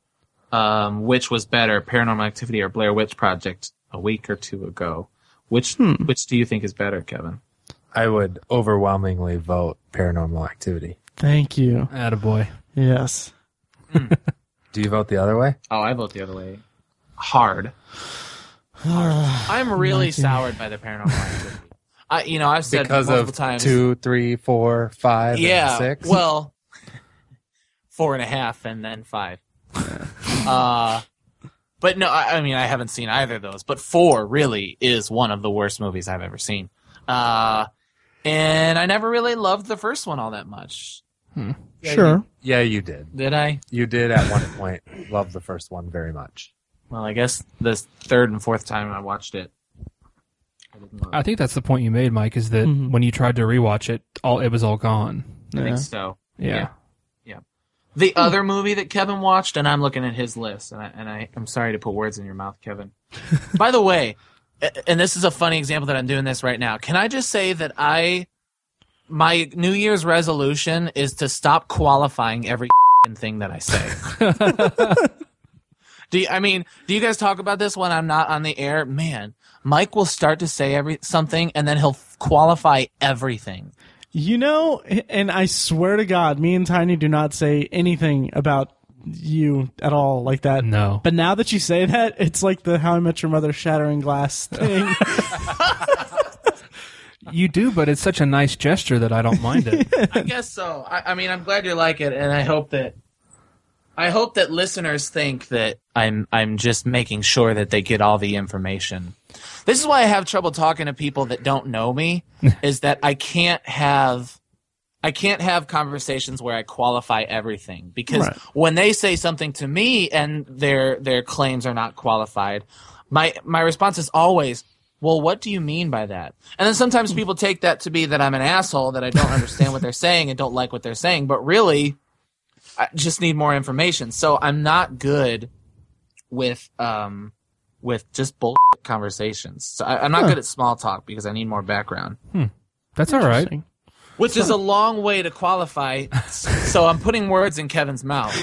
um, which was better paranormal activity or blair witch project a week or two ago which Hmm. which do you think is better kevin I would overwhelmingly vote paranormal activity. Thank you. attaboy. Yes. Do you vote the other way? oh i vote the other way hard i'm really soured by the paranormal activity i you know i've said Because multiple of times two, three, four, five, yeah and six. well four and a half and then five uh but no I, I mean i haven't seen either of those but four really is one of the worst movies i've ever seen uh and i never really loved the first one all that much Yeah, sure. You, yeah, you did. did i You did at one point love the first one very much. well i guess the third and fourth time i watched it I didn't love it. I think that's the point you made, Mike. Is that Mhm. when you tried to rewatch it, all it was all gone. I Yeah. think so Yeah. the other movie that Kevin watched, and I'm looking at his list, and I and I am sorry to put words in your mouth, Kevin. By the way, a- and this is a funny example that I'm doing this right now. Can I just say that I my New Year's resolution is to stop qualifying every thing that I say. do you, I mean? Do you guys talk about this when I'm not on the air? Man, Mike will start to say every something, and then he'll qualify everything. You know, and I swear to God, me and Tiny do not say anything about you at all like that. No. But now that you say that, it's like the How I Met Your Mother shattering glass thing. You do, but it's such a nice gesture that I don't mind it. I guess so. I, I mean, I'm glad you like it, and I hope that I hope that listeners think that I'm I'm just making sure that they get all the information. This is why I have trouble talking to people that don't know me. is that I can't have I can't have conversations where I qualify everything because Right. when they say something to me and their their claims are not qualified, my my response is always, "Well, what do you mean by that?" And then sometimes people take that to be that I'm an asshole that I don't understand what they're saying and don't like what they're saying, but really I just need more information. So I'm not good with um with just bull conversations. So I, I'm not Huh. good at small talk because I need more background, That's all right. Interesting. which is a long way to qualify. so I'm putting words in Kevin's mouth.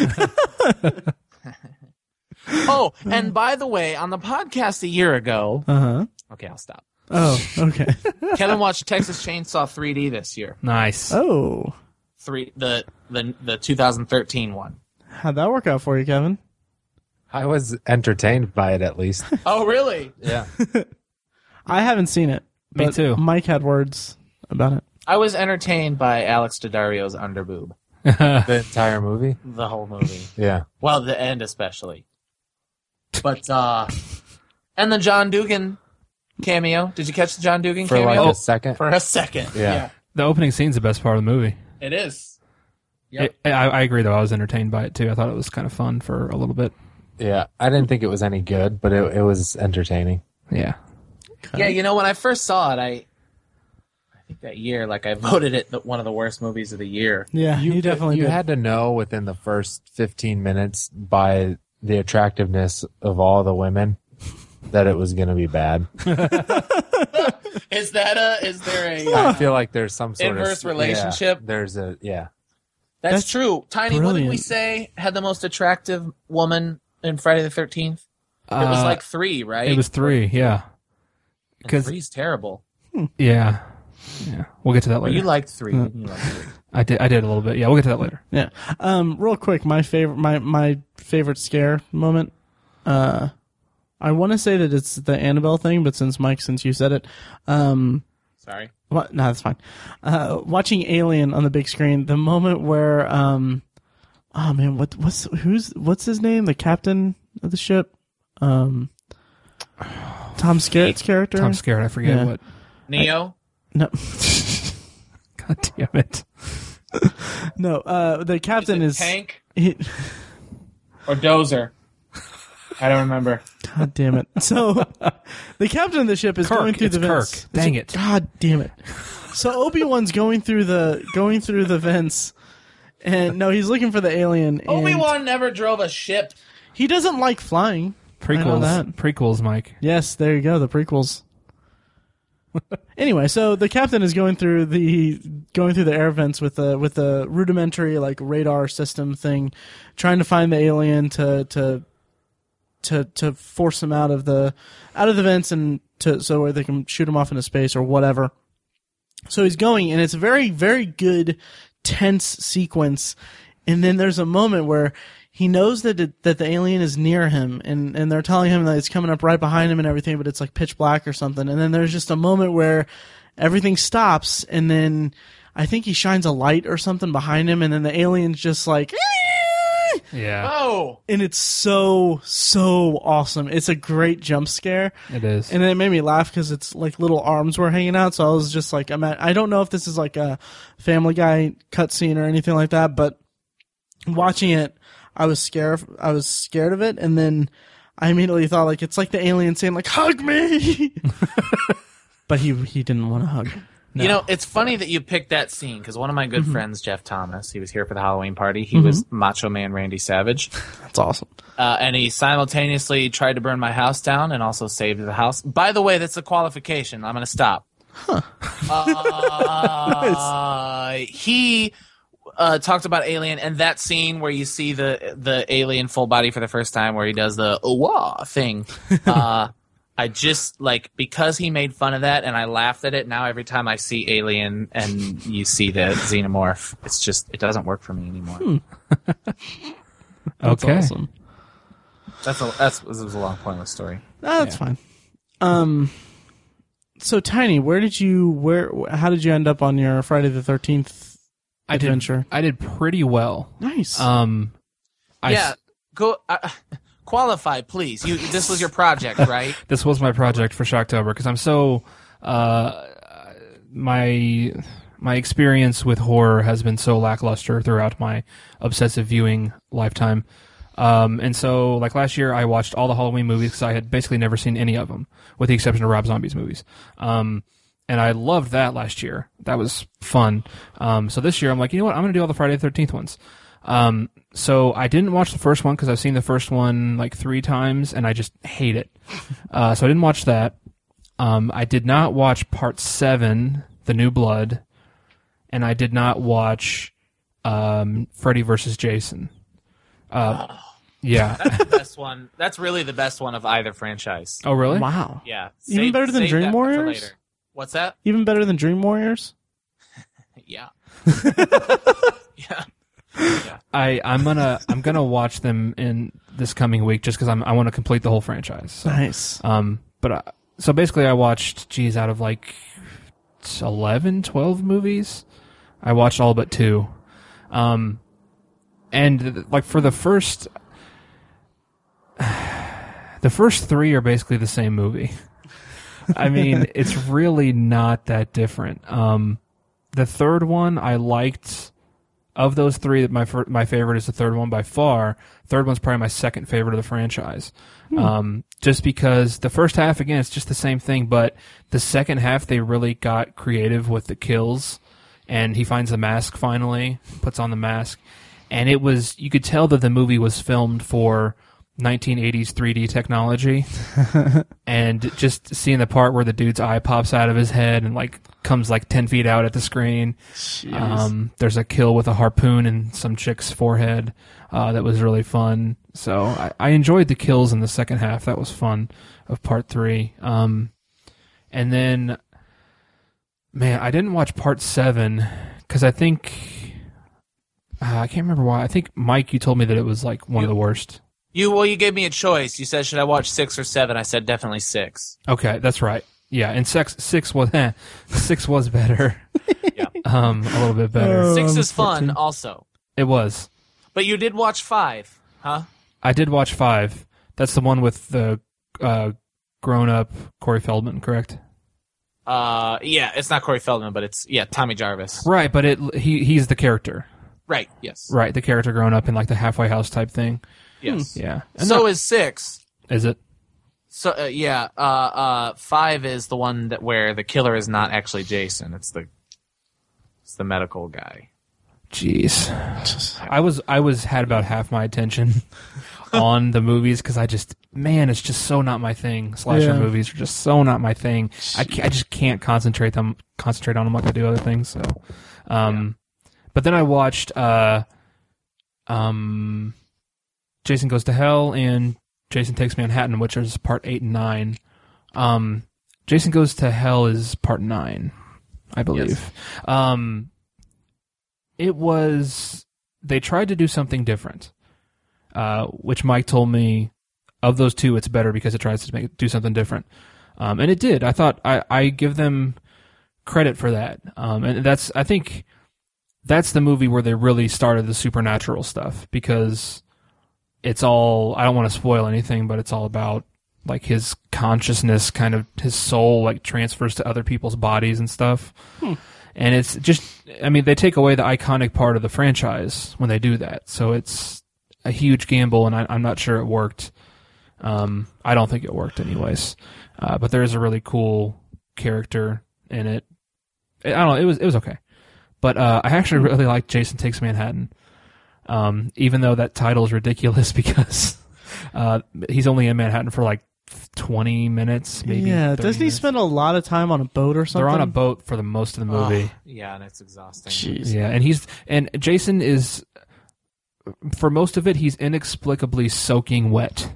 oh, and by the way, on the podcast a year ago, Uh-huh. okay, I'll stop. Oh, okay. Kevin watched Texas Chainsaw 3D this year, Nice. oh. three the the the 2013 one. How'd that work out for you, Kevin? I was entertained by it at least. Oh, really? yeah. I haven't seen it. Me but too. Mike had words about it. I was entertained by Alex Daddario's underboob The entire movie. the whole movie. Yeah. Well, the end especially. But uh and the John Dugan cameo. Did you catch the John Dugan For like cameo? Oh. a second. For a second. Yeah. the opening scene's the best part of the movie. Yeah, It is. Yep. It, I, I agree, though. I was entertained by it too. I thought it was kind of fun for a little bit. yeah. I didn't think it was any good, but it, it was entertaining. Yeah. Yeah, you know when I first saw it, I I think that year like I voted it the, one of the worst movies of the year. Yeah, you, definitely you did. had to know within the first 15 minutes by the attractiveness of all the women that it was going to be bad. Is that a is there a I feel like there's some sort Inverse of yeah, relationship. there's a yeah. That's, That's true. Tiny, what did we brilliant. say had the most attractive woman in Friday the 13th? It was Uh, like 3, right? it was three. Yeah. And 'cause- three's terrible. Yeah. Yeah. We'll get to that But you later. liked 3. didn't you like three? I did. I did a little bit. Yeah. We'll get to that later. Yeah. Um, real quick, my favorite, my my favorite scare moment. Uh, I want to say that it's the Annabelle thing, but since Mike, since you said it, um, Sorry. what? No, that's fine. Uh, watching Alien on the big screen, the moment where, um, oh man, what what's who's what's his name? The captain of the ship, um, Tom Skerritt's character. I'm scared. I forget Yeah. what. Neo? no, God damn it. no, uh, the captain is. Tank he- or Dozer? I don't remember. God damn it. So the captain of the ship is Kirk, going through it's the vents. Kirk. Dang it. God damn it. So Obi-Wan's going through the going through the vents and no, he's looking for the alien. and Obi-Wan never drove a ship. He doesn't like flying. I know that. Prequels. Prequels, Mike. Yes, there you go, the prequels. anyway, so the captain is going through the going through the air vents with a with a rudimentary like radar system thing, trying to find the alien to to to to force him out of the out of the vents and to so they can shoot him off into space or whatever. So he's going, and it's a very, very good, tense sequence. And then there's a moment where he knows that it, that the alien is near him, and, and they're telling him that it's coming up right behind him and everything, but it's like pitch black or something. And then there's just a moment where everything stops, and then I think he shines a light or something behind him, and then the alien's just like, Yeah. Oh, and it's so so awesome. It's a great jump scare. It is. And it made me laugh because it's like little arms were hanging out. So I was just like, I'm at, I don't know if this is like a Family Guy cutscene or anything like that, but watching it, I was scared. I was scared of it, and then I immediately thought like it's like the alien saying like hug me, but he he didn't want to hug. you know it's funny that you picked that scene because one of my good friends, Jeff Thomas, he was here for the Halloween party. He was Macho Man Randy Savage, That's awesome. uh, and he simultaneously tried to burn my house down and also saved the house. By the way, that's a qualification. I'm going to stop. Uh, He uh, talked about Alien and that scene where you see the the alien full body for the first time, where he does the "oh wah" thing. Uh, I just like because he made fun of that and I laughed at it. Now every time I see Alien and you see the xenomorph, it's just it doesn't work for me anymore. That's okay. awesome. That's a that's this was a long pointless story. Ah, that's fine. Um, so tiny, where did you where? How did you end up on your Friday the Thirteenth I did. adventure? Uh, I did pretty well. Nice. Um. I yeah, go uh, qualify, please. You this was your project, right? this was my project for Shocktober because I'm so uh, my my experience with horror has been so lackluster throughout my obsessive viewing lifetime. Um, and so, like last year, I watched all the Halloween movies because I had basically never seen any of them, with the exception of Rob Zombie's movies. Um, and I loved that last year. That was fun. Um, so this year, I'm like, you know what? I'm going to do all the Friday the 13th ones. Um, so I didn't watch the first one because I've seen the first one like three times and I just hate it. Uh, so I didn't watch that. Um, I did not watch part seven, The New Blood, and I did not watch um, Freddy versus Jason. Uh, yeah. That's the best one. That's really the best one of either franchise. oh, really? Wow. Yeah. Even better than Dream that for Warriors? later. What's that? Even better than Dream Warriors? Yeah. yeah. I I'm gonna I'm gonna watch them in this coming week just because I'm I want to complete the whole franchise. So, Nice. um, but I, so basically, I watched geez out of like 11, 12 movies, I watched all but two, um, and th- like for the first, the first three are basically the same movie. I mean, it's really not that different. Um, the third one I liked of those three that my fir- my favorite is the third one by far. Third one's probably my second favorite of the franchise. Um, just because the first half again it's just the same thing, but the second half they really got creative with the kills, and he finds the mask finally, puts on the mask, and it was you could tell that the movie was filmed for 1980s 3D technology and just seeing the part where the dude's eye pops out of his head and like comes like 10 feet out at the screen um, there's a kill with a harpoon in some chick's forehead uh, that was really fun so I, I enjoyed the kills in the second half that was fun of part three um, and then man i didn't watch part seven because i think uh, i can't remember why i think mike you told me that it was like one of the worst You well, you gave me a choice. You said should I watch six or seven? I said definitely six. Okay, that's right. Yeah, and six six was eh, six was better. Yeah. Um, a little bit better. Oh. Six Um, is fun 14. also. It was. But you did watch five, huh? I did watch five. That's the one with the uh, grown up Corey Feldman, correct? Uh yeah, it's not Corey Feldman, but it's yeah, Tommy Jarvis. Right, but it he he's the character. Right, yes. Right, the character grown up in like the halfway house type thing. Yes. Yeah. And So is six. that- is it? So uh, yeah, uh, uh, five is the one that where the killer is not actually Jason. It's the it's the medical guy. Jeez. I was I was had about half my attention on the movies because I just man, it's just so not my thing. Slasher Yeah. movies are just so not my thing. I, ca- I just can't concentrate them concentrate on them like I do other things. So, um, but then I watched uh, um, Jason Goes to Hell and Jason Takes Manhattan, which is part eight and nine. Um, Jason Goes to Hell is part nine, I believe. Um, it was they tried to do something different, uh, which Mike told me of those two, it's better because it tries to make do something different, um, and it did. I thought I, I give them credit for that, um, and that's I think that's the movie where they really started the supernatural stuff because it's all I don't want to spoil anything, but it's all about like his consciousness, kind of his soul, like transfers to other people's bodies and stuff. And it's just, I mean, they take away the iconic part of the franchise when they do that. So it's a huge gamble, and I, I'm not sure it worked. Um, I don't think it worked, anyways. Uh, but there is a really cool character in it. I don't know. It was it was okay, but uh, I actually really like Jason Takes Manhattan. Um, even though that title is ridiculous because uh, he's only in Manhattan for like twenty minutes, maybe. yeah, 30 doesn't he minutes. spend a lot of time on a boat or something? Ah. They're on a boat for the most of the movie. Ugh, yeah, and it's exhausting. Jeez. Yeah, and he's and Jason is for most of it he's inexplicably soaking wet.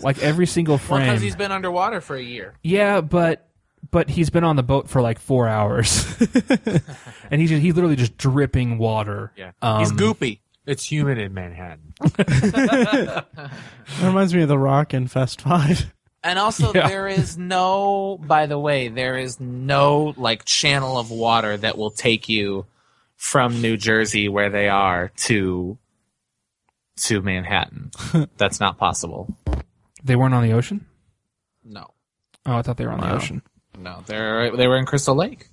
like every single Well, frame. because he's been underwater for a year. yeah, but but he's been on the boat for like 4 hours. and he's he's literally just dripping water. Yeah, Um, he's goopy. It's humid in Manhattan. That reminds me of The Rock in Fest 5. And also, Yeah. there is no. By the way, there is no like channel of water that will take you from New Jersey, where they are, to to Manhattan. That's not possible. They weren't on the ocean? No, Oh, I thought they were on the Wow. ocean. no, they're they were in Crystal Lake.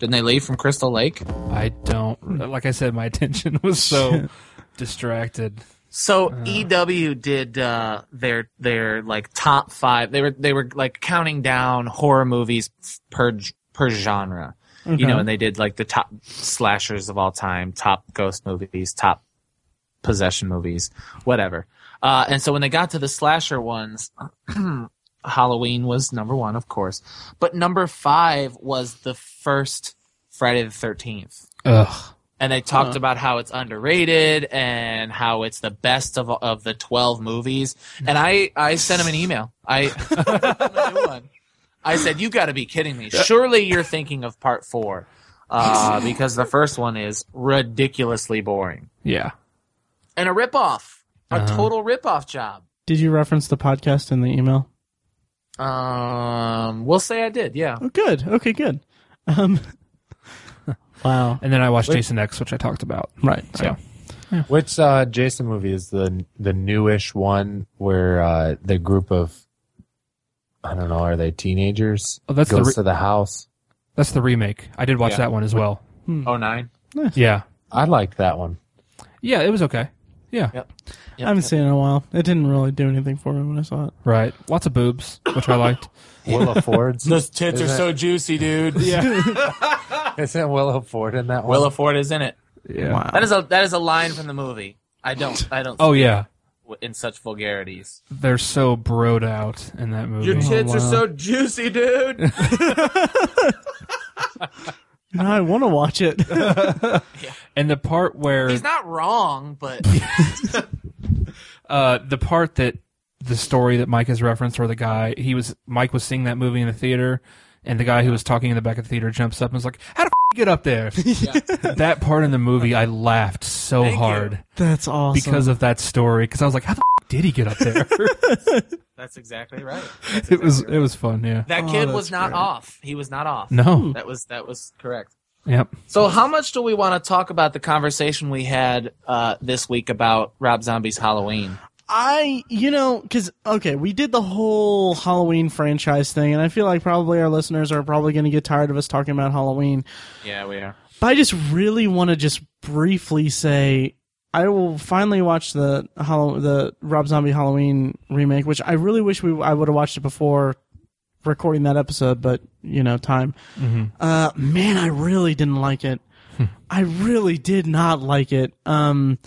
Didn't they leave from Crystal Lake? I don't like I said my attention was so distracted. So EW did uh, their their like top five. They were they were like counting down horror movies per per genre, you know, and they did like the top slashers of all time, top ghost movies, top possession movies, whatever. Uh, and so when they got to the slasher ones, Halloween was number one, of course, but number five was the first Friday the Thirteenth, Ugh. and they talked Huh. about how it's underrated and how it's the best of of the twelve movies. And I I sent him an email. I. I knew one. I said, "You got to be kidding me! Surely you're thinking of part four, uh, because the first one is ridiculously boring Yeah. and a ripoff, a Uh-huh. total ripoff job." Did you reference the podcast in the email? Um, we'll say I did. Yeah, Oh, good. Okay, good. Um, wow. And then I watched Wait. Jason X, which I talked about. Right. So Which uh, Jason movie is the the newish one where uh, the group of I don't know are they teenagers Oh, that's the goes re- to the house? that's the remake. I did watch Yeah. that one as well. oh nine. Yeah. I like that one. Yeah, it was okay. Yeah. Yep. I haven't seen it in a while. It didn't really do anything for me when I saw it. Right. Lots of boobs, which I liked. Willow Ford's Those tits Is are that- so juicy, dude. isn't Willow Ford in that one? Willa Ford is in it. yeah. Wow. That is a that is a line from the movie. I don't I don't Oh yeah. speak in such vulgarities. They're so broed out in that movie. Oh, wow. Oh, juicy, dude. Now I want to watch it. and the part where He's not wrong, but uh, the part that the story that Mike has referenced, where the guy he was Mike was seeing that movie in the theater, and the guy who was talking in the back of the theater jumps up and was like, "How the f- you get up there?" that part in the movie, I laughed so Thank you. hard That's awesome. because of that story because I was like, "How the f- did he get up there?" that's exactly right. it was it was fun. Yeah. That Oh, kid that's was not great. off. He was not off. No. That was that was correct. Yep. So, how much do we want to talk about the conversation we had uh, this week about Rob Zombie's Halloween? I, you know, because, okay, we did the whole Halloween franchise thing, and I feel like probably our listeners are probably going to get tired of us talking about Halloween. Yeah, we are. But I just really want to just briefly say I will finally watch the Hall- the Rob Zombie Halloween remake, which I really wish we I would have watched it before recording that episode, but you know, time. Uh, man, I really didn't like it. I really did not like it. Um,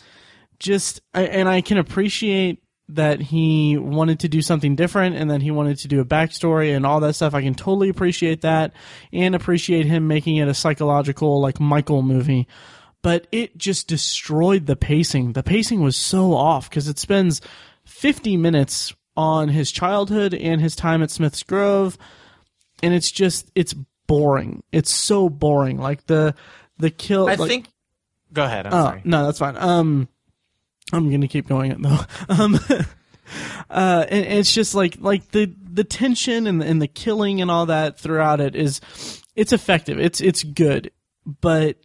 just I, and I can appreciate that he wanted to do something different and that he wanted to do a backstory and all that stuff. I can totally appreciate that and appreciate him making it a psychological like Michael movie. But it just destroyed the pacing. The pacing was so off because it spends 50 minutes on his childhood and his time at Smith's Grove and it's just it's boring. It's so boring. Like the the kill I like- think. Go ahead. I'm Oh, sorry. no, that's fine. Um, I'm gonna keep going it though. Um, uh, and, and it's just like like the the tension and the, and the killing and all that throughout it is, it's effective. It's it's good, but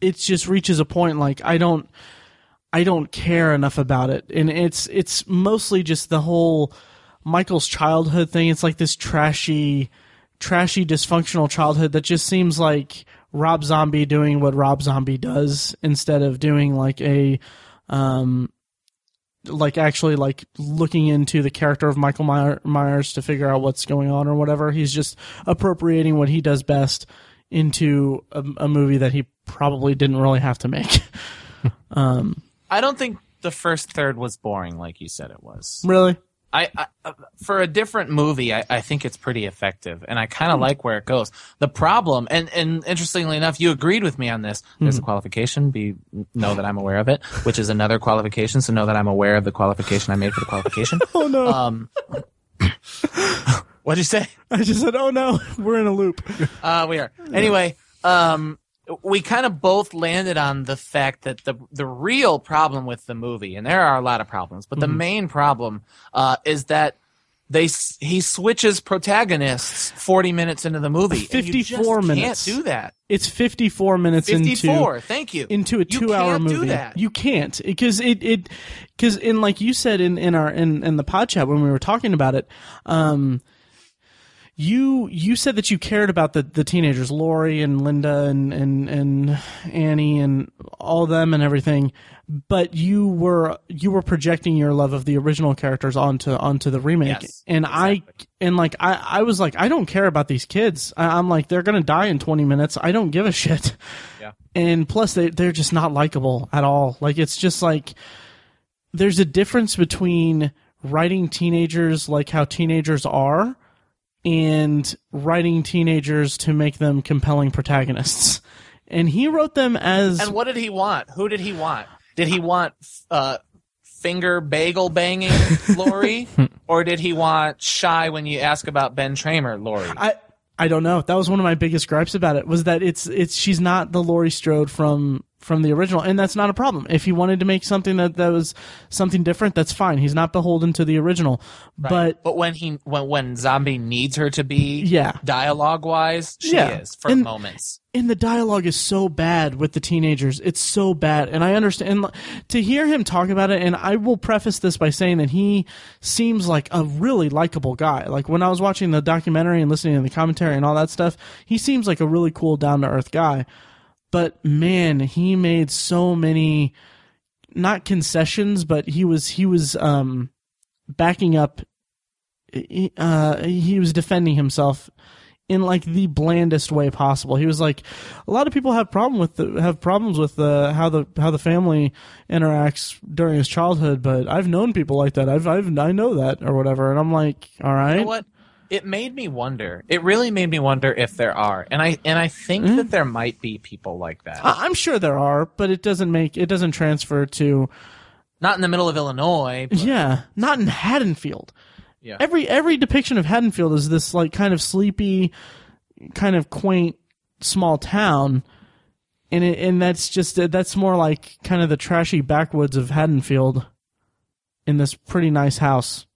it just reaches a point like I don't I don't care enough about it, and it's it's mostly just the whole Michael's childhood thing. It's like this trashy, trashy, dysfunctional childhood that just seems like Rob Zombie doing what Rob Zombie does instead of doing like a, um, like actually like looking into the character of Michael Myer- Myers to figure out what's going on or whatever. He's just appropriating what he does best into a, a movie that he probably didn't really have to make. um, I don't think the first third was boring, like you said it was. really? I, I uh, for a different movie, I, I think it's pretty effective, and I kind of like where it goes. The problem, and and interestingly enough, you agreed with me on this. There's Hmm. a qualification. Be know that I'm aware of it, which is another qualification. So know that I'm aware of the qualification I made for the qualification. Oh no! um, what'd you say? I just said, oh no, we're in a loop. Uh, we are. Anyway, um, we kind of both landed on the fact that the the real problem with the movie, and there are a lot of problems, but the Mm-hmm. main problem uh, is that they s- he switches protagonists forty minutes into the movie. and you just 54 minutes. Can't do that. It's 54 minutes into Fifty-four. thank you. into a You two-hour can't do movie. that. You can't because it it because in like you said in in our in in the pod chat when we were talking about it, um, you you said that you cared about the the teenagers, Lori and Linda and and and Annie and all them and everything, but you were you were projecting your love of the original characters onto onto the remake, Yes, and exactly. I and like I I was like I don't care about these kids. I, I'm like they're gonna die in 20 minutes. I don't give a shit. Yeah. and plus they they're just not likable at all. Like it's just like there's a difference between writing teenagers like how teenagers are and writing teenagers to make them compelling protagonists. And he wrote them as And what did he want? Who did he want? Did he want uh, finger bagel banging Lori, or did he want shy when you ask about Ben Tramer Lori? I I don't know. That was one of my biggest gripes about it was that it's it's she's not the Laurie Strode from from the original, and that's not a problem. If he wanted to make something that that was something different, that's fine. He's not beholden to the original, but. But when he when when zombie needs her to be Yeah. dialogue wise, she Yeah. is for And- moments. And the dialogue is so bad with the teenagers. It's so bad. And I understand and to hear him talk about it. And I will preface this by saying that he seems like a really likable guy. Like when I was watching the documentary and listening to the commentary and all that stuff, he seems like a really cool, down to earth guy. but man, he made so many not concessions, but he was he was um backing up he, uh he was defending himself in like the blandest way possible. He was like a lot of people have problem with the, have problems with the how the how the family interacts during his childhood, but I've known people like that. I've I've I know that or whatever. And I'm like, all right. You know what? It made me wonder. It really made me wonder if there are, and I and I think that there might be people like that. I- I'm sure there are, but it doesn't make it doesn't transfer to Not in the middle of Illinois. But, Yeah, not in Haddonfield. Yeah. Every every depiction of Haddonfield is this like kind of sleepy, kind of quaint small town, and it, and that's just that's more like kind of the trashy backwoods of Haddonfield, in this pretty nice house.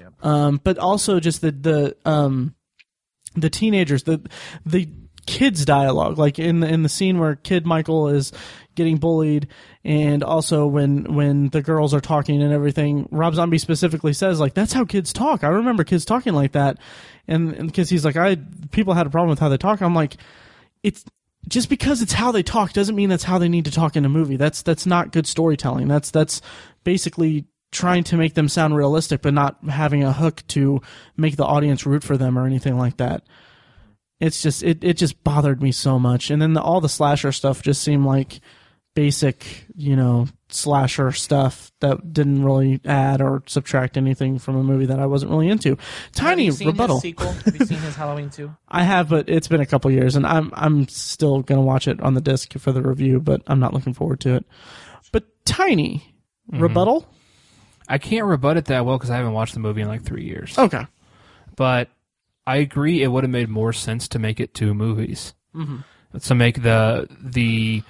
Yep. Um, but also just the the um, the teenagers the the kids dialogue like in the, in the scene where kid michael is getting bullied and also when when the girls are talking and everything rob zombie specifically says like that's how kids talk i remember kids talking like that and because he's like i people had a problem with how they talk i'm like it's just because it's how they talk doesn't mean that's how they need to talk in a movie. That's that's not good storytelling. That's that's basically trying to make them sound realistic but not having a hook to make the audience root for them or anything like that. It's just it, it just bothered me so much. And then the, all the slasher stuff just seemed like basic, you know, slasher stuff that didn't really add or subtract anything from a movie that I wasn't really into. Have Tiny you seen rebuttal. Mm-hmm. his sequel? Have you seen his Halloween two? I have, but it's been a couple years, and I'm I'm still gonna watch it on the disc for the review, but I'm not looking forward to it. But tiny Mm-hmm. rebuttal. I can't rebut it that well because I haven't watched the movie in like three years. Okay. But I agree, it would have made more sense to make it two movies. Mm-hmm. To make the the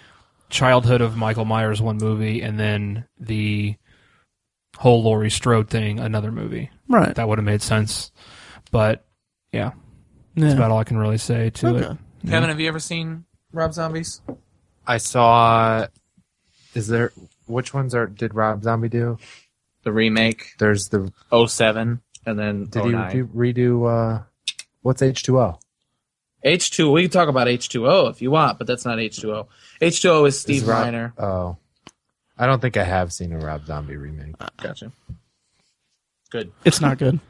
childhood of Michael Myers one movie, and then the whole Laurie Strode thing another movie. Right. That would have made sense. But yeah, Yeah. that's about all I can really say to Okay. it. Kevin, have you ever seen Rob Zombies? I saw. Is there which ones are did Rob Zombie do? The remake, There's the 07, and then Oh, oh did he redo, redo uh, what's H two O? H two. We can talk about H two O if you want, but that's not H two O. H two O is Steve Rob, Reiner. Oh, I don't think I have seen a Rob Zombie remake. Gotcha. Good. It's not good.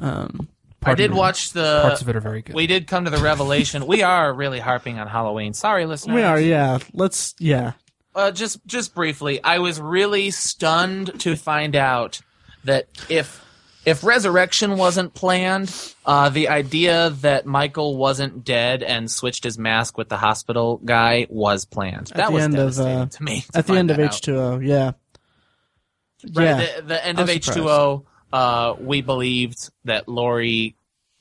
um, Part I did of it- watch uh, the. Parts of it are very good. We did come to the revelation. we are really harping on Halloween. Sorry, listeners. we are. Yeah. Let's. Yeah. Uh, just just briefly, I was really stunned to find out that if if resurrection wasn't planned, uh, the idea that Michael wasn't dead and switched his mask with the hospital guy was planned. that the was end of, devastating uh, to me. to At the find end of that out. H two O. Yeah. Right, yeah. the, the end I of was H surprised. two O, uh, we believed that Lori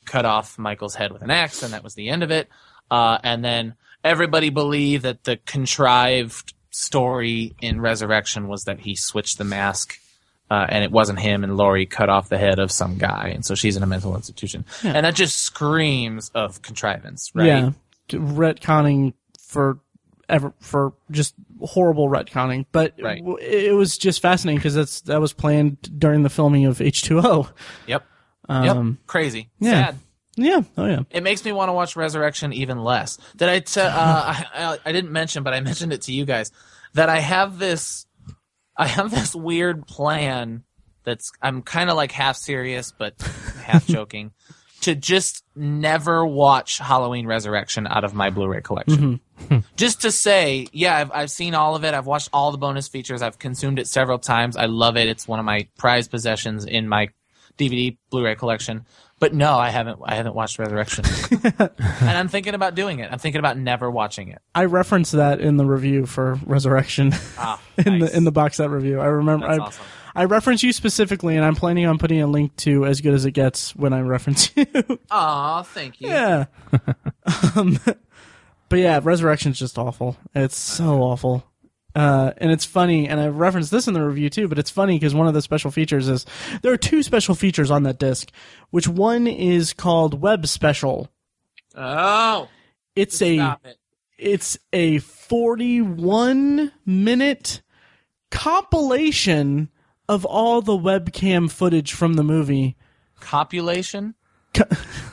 cut off Michael's head with an axe, and that was the end of it. Uh, and then everybody believed that the contrived story in Resurrection was that he switched the mask. Uh, and it wasn't him, and Lori cut off the head of some guy, and so she's in a mental institution, and that just screams of contrivance, right? Yeah. Retconning for ever for just horrible retconning, but Right. w- it was just fascinating because that's that was planned during the filming of H two O. Yep, yep, Um, crazy, yeah. sad. Yeah. Oh yeah. It makes me want to watch Resurrection even less. Did I tell? Uh, I, I I didn't mention, but I mentioned it to you guys that I have this, I have this weird plan that's I'm kind of like half serious but half joking to just never watch Halloween Resurrection out of my Blu-ray collection. just to say, yeah, I've, I've seen all of it. I've watched all the bonus features. I've consumed it several times. I love it. It's one of my prized possessions in my DVD Blu-ray collection. But no, I haven't. I haven't watched Resurrection, and I'm thinking about doing it. I'm thinking about never watching it. I referenced that in the review for Resurrection Ah, in nice. the in the box set review. I remember That's I, awesome. I reference you specifically, and I'm planning on putting a link to as good as it gets when I reference you. Aw, thank you. yeah. um, but yeah, Resurrection's just awful. It's so awful. Uh, and it's funny, and I referenced this in the review too, but it's funny because one of the special features is there are two special features on that disc, which one is called Web Special. Oh, It's a stop it. it's a 41 minute compilation of all the webcam footage from the movie. Copulation.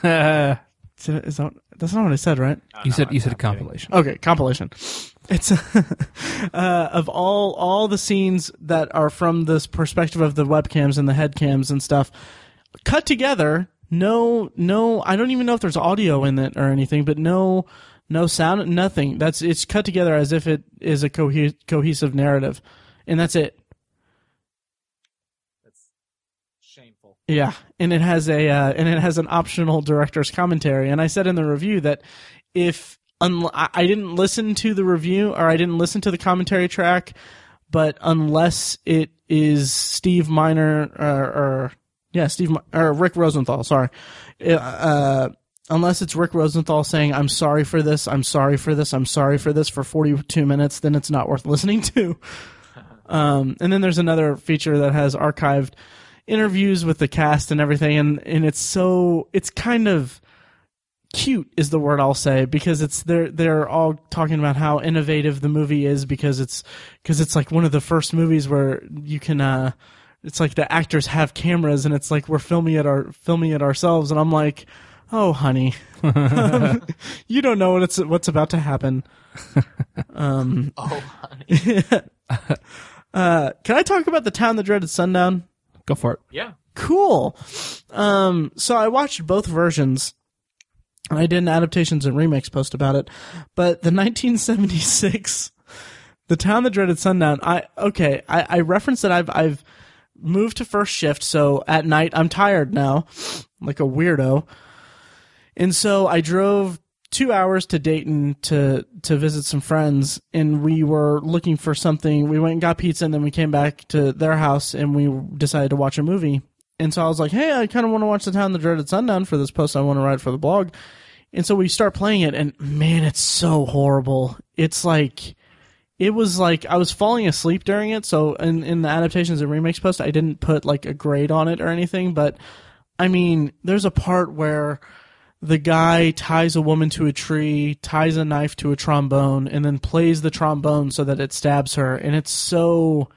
Is that- is that- that's not what I said, right? you said you said compilation. Okay, compilation. It's uh, of all all the scenes that are from this perspective of the webcams and the headcams and stuff cut together. No, no, I don't even know if there's audio in it or anything, but no, no sound, nothing. That's it's cut together as if it is a cohe- cohesive narrative, and that's it. That's shameful. Yeah, and it has a uh, and it has an optional director's commentary. And I said in the review that if un- I I didn't listen to the review or I didn't listen to the commentary track, but unless it is Steve Miner or, or yeah Steve Mi- or Rick Rosenthal, sorry, uh, uh, unless it's Rick Rosenthal saying I'm sorry for this, I'm sorry for this, I'm sorry for this for 42 minutes, then it's not worth listening to. Um, and then there's another feature that has archived interviews with the cast and everything, and and it's so it's kind of cute is the word I'll say because it's they're they're all talking about how innovative the movie is because it's because it's like one of the first movies where you can uh it's like the actors have cameras and it's like we're filming it our filming it ourselves and I'm like oh honey you don't know what it's what's about to happen um Oh, honey. uh can I talk about the town that dreaded sundown Go for it. yeah. cool. Um, so I watched both versions. And I did an adaptations and remix post about it, but the 1976, the town that dreaded sundown. I okay, I, I referenced that I've I've moved to first shift, so at night I'm tired now, like a weirdo, and so I drove two hours to Dayton to to visit some friends, and we were looking for something. We went and got pizza, and then we came back to their house, and we decided to watch a movie. And so I was like, "Hey, I kind of want to watch The Town That Dreaded Sundown for this post I want to write for the blog." And so we start playing it, and man, it's so horrible. It's like it was like I was falling asleep during it. So in in the adaptations and remakes post, I didn't put like a grade on it or anything, but I mean, there's a part where the guy ties a woman to a tree, ties a knife to a trombone, and then plays the trombone so that it stabs her. And it's so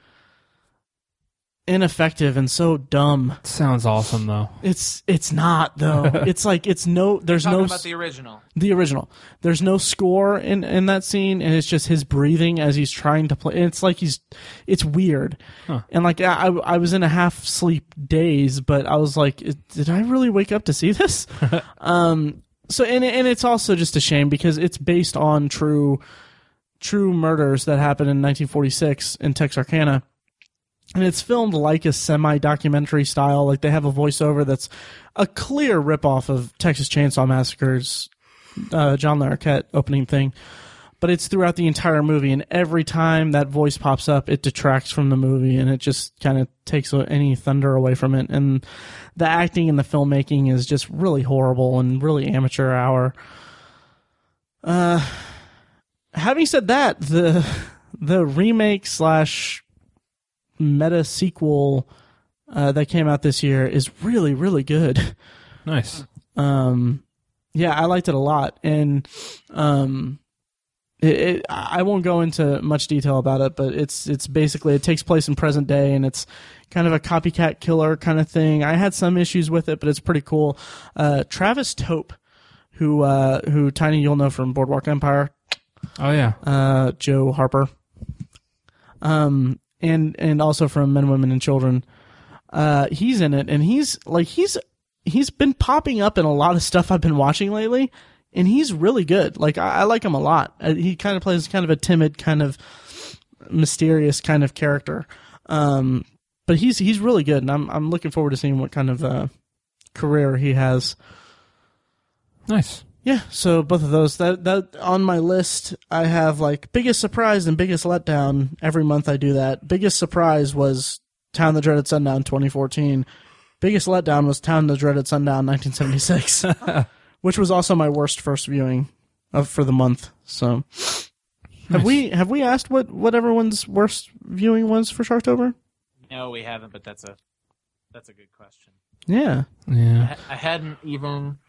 ineffective and so dumb. Sounds awesome though. It's it's not though. it's like it's no. There's Talking no about the original. the original. There's no score in in that scene, and it's just his breathing as he's trying to play. It's like he's, it's weird, and like I I was in a half sleep daze, but I was like, did I really wake up to see this? um, so and and it's also just a shame because it's based on true true murders that happened in 1946 in Texarkana. And it's filmed like a semi documentary style. Like they have a voiceover that's a clear ripoff of Texas Chainsaw Massacre's uh, John Larroquette opening thing, but it's throughout the entire movie, and every time that voice pops up, it detracts from the movie, and it just kind of takes a- any thunder away from it. And the acting and the filmmaking is just really horrible and really amateur hour. Uh, having said that, the the remake slash meta sequel uh, that came out this year is really really good. Uh, Nice. um yeah i liked it a lot and um it, it, i won't go into much detail about it but it's it's basically it takes place in present day and it's kind of a copycat killer kind of thing i had some issues with it but it's pretty cool uh travis tope who uh who tiny you'll know from boardwalk empire Oh yeah. uh, Joe Harper, um, and and also from Men, Women, and Children. Uh, he's in it, and he's like he's he's been popping up in a lot of stuff I've been watching lately, and he's really good. Like I, I like him a lot. Uh, He kind of plays kind of a timid, kind of mysterious kind of character. Um, but he's he's really good, and I'm I'm looking forward to seeing what kind of uh, career he has. Nice. Yeah, so both of those that that on my list I have like biggest surprise and biggest letdown every month I do that. Biggest surprise was Town the Dreaded Sundown 2014. Biggest letdown was Town the Dreaded Sundown 1976, which was also my worst first viewing of for the month. So have we have we asked what what everyone's worst viewing was for Sharktober? No, we haven't, but that's a that's a good question. Yeah. Yeah. I I hadn't even.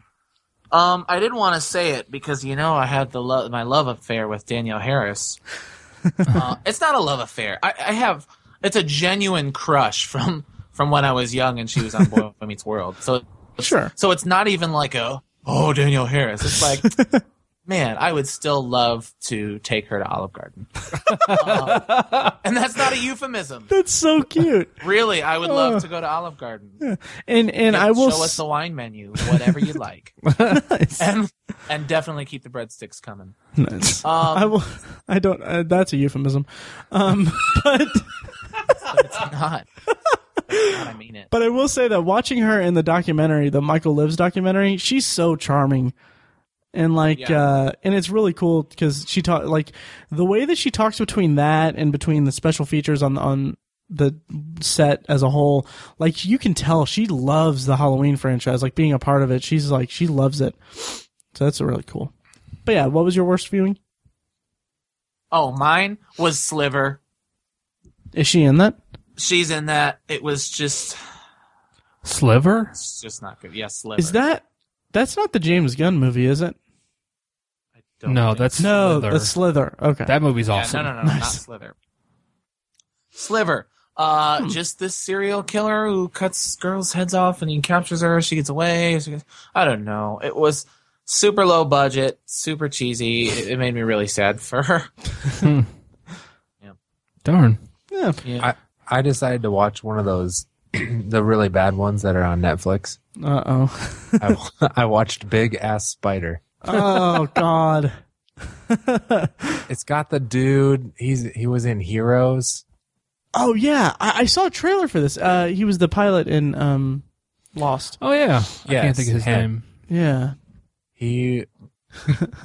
Um, I didn't want to say it because you know I had the lo- my love affair with Danielle Harris. uh, it's not a love affair. I, I have it's a genuine crush from from when I was young and she was on Boy Meets World. So it's- Sure. So it's not even like a oh Danielle Harris. It's like man, I would still love to take her to Olive Garden. Uh, and that's not a euphemism. That's so cute. Really, I would love to go to Olive Garden And and I will show us s- the wine menu, whatever you like, and and definitely keep the breadsticks coming. Nice. I Um, will. I don't. Uh, that's a euphemism. Um, but it's not. It's not, I mean it. but I will say that watching her in the documentary, the Michael Lives documentary, she's so charming, and like, Yeah. uh, and it's really cool because she talk like the way that she talks between that and between the special features on on the set as a whole. Like you can tell she loves the Halloween franchise. Like being a part of it, she's like she loves it. So that's really cool. But yeah, what was your worst viewing? Oh, mine was Sliver. Is she in that? She's in that. It was just, Sliver? it's just not good. Yes, Sliver. Is that that's not the James Gunn movie, is it? I don't No, think- that's No, Slither. the Slither. Okay. that movie's Yeah, awesome. No, no, no, not Nice. Slither. Sliver. Uh, Hmm. just this serial killer who cuts girls' heads off and he captures her. She gets away. She gets, I don't know. It was super low budget, super cheesy. It, it made me really sad for her. Darn. yeah. Yeah. I, I decided to watch one of those, the really bad ones that are on Netflix. Uh oh. I, I watched Big Ass Spider. oh God. It's got the dude. He's he was in Heroes. Oh yeah, I, I saw a trailer for this. Uh, he was the pilot in um, Lost. Oh, yeah. I Yes, can't think of his him. name. Yeah. He.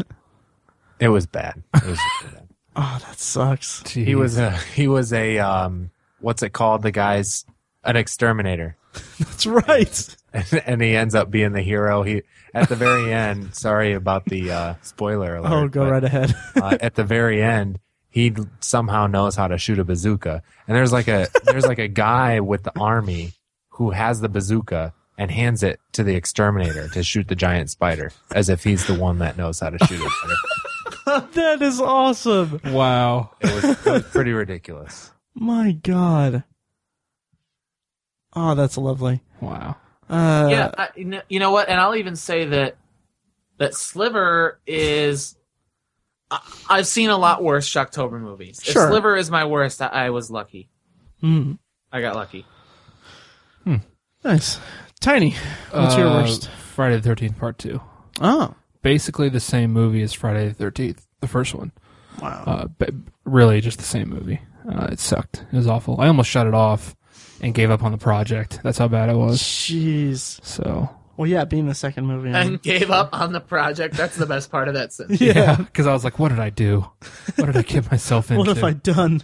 it was bad. It was really bad. Oh, that sucks. He was a he was a um what's it called? The guy's an exterminator, That's right. and, he ends up being the hero. He at the very end. Sorry about the uh, spoiler alert. Oh, go but, right ahead. uh, at the very end. He somehow knows how to shoot a bazooka, and there's like a there's like a guy with the army who has the bazooka and hands it to the exterminator to shoot the giant spider, as if he's the one that knows how to shoot it. that is awesome. Wow. It was, it was pretty ridiculous. My God. Oh, that's lovely. Wow. Uh, yeah, I, you know- you know what? And I'll even say that that Sliver is. I, I've seen a lot worse Shocktober movies. If Sure. Sliver is my worst. I, I was lucky. hmm. I got lucky. nice. Tiny. What's your Uh, worst? Friday the 13th, part two. Oh. Basically the same movie as Friday the 13th, the first one. Wow. Uh, but really, just the same movie. Uh, it sucked. It was awful. I almost shut it off and gave up on the project. That's how bad it was. Jeez. So, Well, yeah, being the second movie. I mean- And gave up on the project. That's the best part of that sentence. yeah. Because I was like, what did I do? What did I get myself into? What have I done?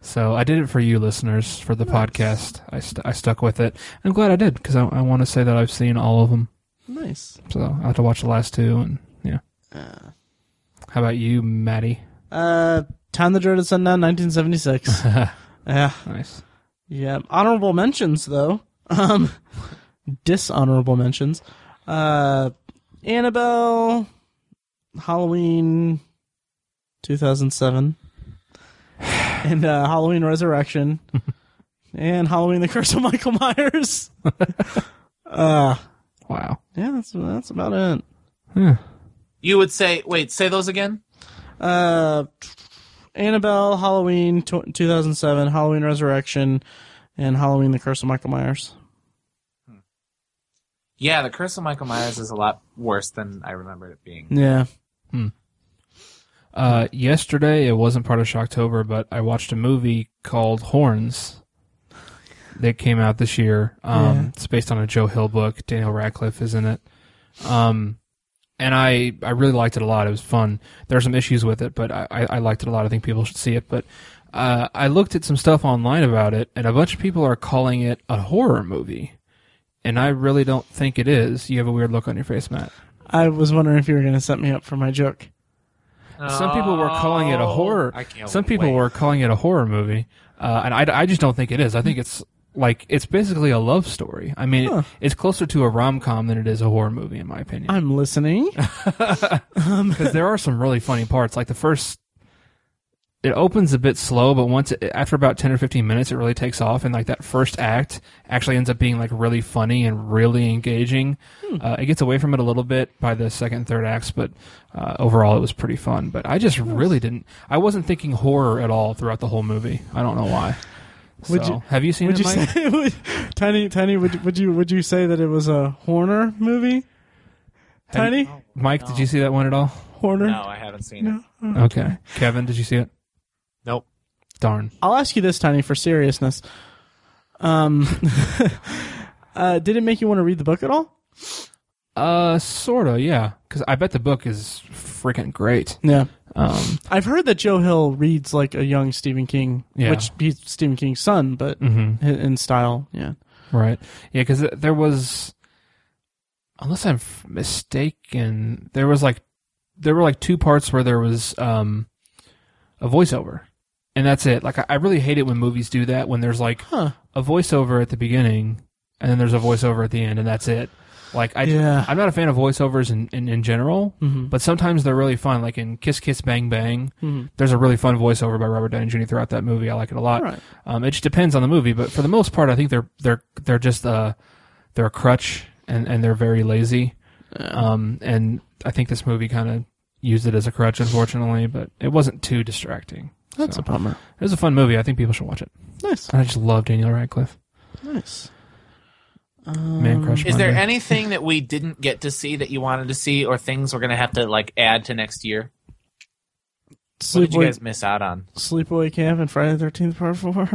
So I did it for you listeners for the podcast. I, st- I stuck with it. I'm glad I did because I, I want to say that I've seen all of them. Nice. So I have to watch the last two and yeah. Uh. How about you, Maddie? Uh, Town the Dreaded Sundown, 1976. yeah, Nice. yeah. Honorable mentions though. Um, dishonorable mentions. Uh, Annabelle, Halloween, 2007, and uh, Halloween Resurrection, and Halloween: The Curse of Michael Myers. uh, Wow. yeah, that's that's about it. Yeah. You would say, wait, say those again? Uh, Annabelle, Halloween tw 2007, Halloween Resurrection, and Halloween: The Curse of Michael Myers. Yeah, The Curse of Michael Myers is a lot worse than I remembered it being. Yeah. Uh, yesterday, it wasn't part of Shocktober, but I watched a movie called Horns that came out this year. Um, Yeah. It's based on a Joe Hill book. Daniel Radcliffe is in it. Um, and I, I really liked it a lot. It was fun. There are some issues with it, but I, I I liked it a lot. I think people should see it. But uh, I looked at some stuff online about it, and a bunch of people are calling it a horror movie. And I really don't think it is. You have a weird look on your face, Matt. I was wondering if you were going to set me up for my joke. Some people were calling it a horror. Oh, I can't Some people wait. were calling it a horror movie, uh, and I, I just don't think it is. I think it's like it's basically a love story. I mean, it- Huh. it's closer to a rom com than it is a horror movie, in my opinion. I'm listening. Because there are some really funny parts. Like the first, it opens a bit slow, but once it, after about ten or fifteen minutes, it really takes off, and like that first act actually ends up being like really funny and really engaging. Hmm. Uh, it gets away from it a little bit by the second, and third acts, but uh, overall, it was pretty fun. But I just really didn't. I wasn't thinking horror at all throughout the whole movie. I don't know why. Would so, you- have you seen Would it? you Mike? say, would, Tiny, Tiny, would, would you would you say that it was a Horner movie? Have Tiny? Mike, did you see that one at all? Horner? No, I haven't seen it. Okay. Kevin, did you see it? Nope. Darn. I'll ask you this, Tiny, for seriousness. Um, uh, did it make you want to read the book at all? Uh, sorta, yeah. Because I bet the book is freaking great. Yeah. Um, I've heard that Joe Hill reads like a young Stephen King, Yeah. which he's Stephen King's son, but mhm, Mm-hmm. in- in style. Yeah. right? Yeah, because there was, unless I'm f- mistaken, there was like, there were like two parts where there was um, a voiceover, and that's it. Like I, I really hate it when movies do that when there's like Huh. a voiceover at the beginning, and then there's a voiceover at the end, and that's it. Like I, Yeah. I'm not a fan of voiceovers in, in, in general, Mhm. but sometimes they're really fun. Like in Kiss Kiss Bang Bang, Mhm. there's a really fun voiceover by Robert Downey Jr. throughout that movie. I like it a lot. All right. Um, it just depends on the movie, but for the most part, I think they're they're they're just uh they're a crutch and and they're very lazy. Um, and I think this movie kind of used it as a crutch, unfortunately, but it wasn't too distracting. That's So, a bummer. it was a fun movie. I think people should watch it. Nice. I just love Daniel Radcliffe, Nice. man crush. Is there Monday. anything that we didn't get to see that you wanted to see, or things we're gonna have to like add to next year? What did you Sleepaway, guys miss out on? Sleepaway Camp and Friday the Thirteenth Part Four.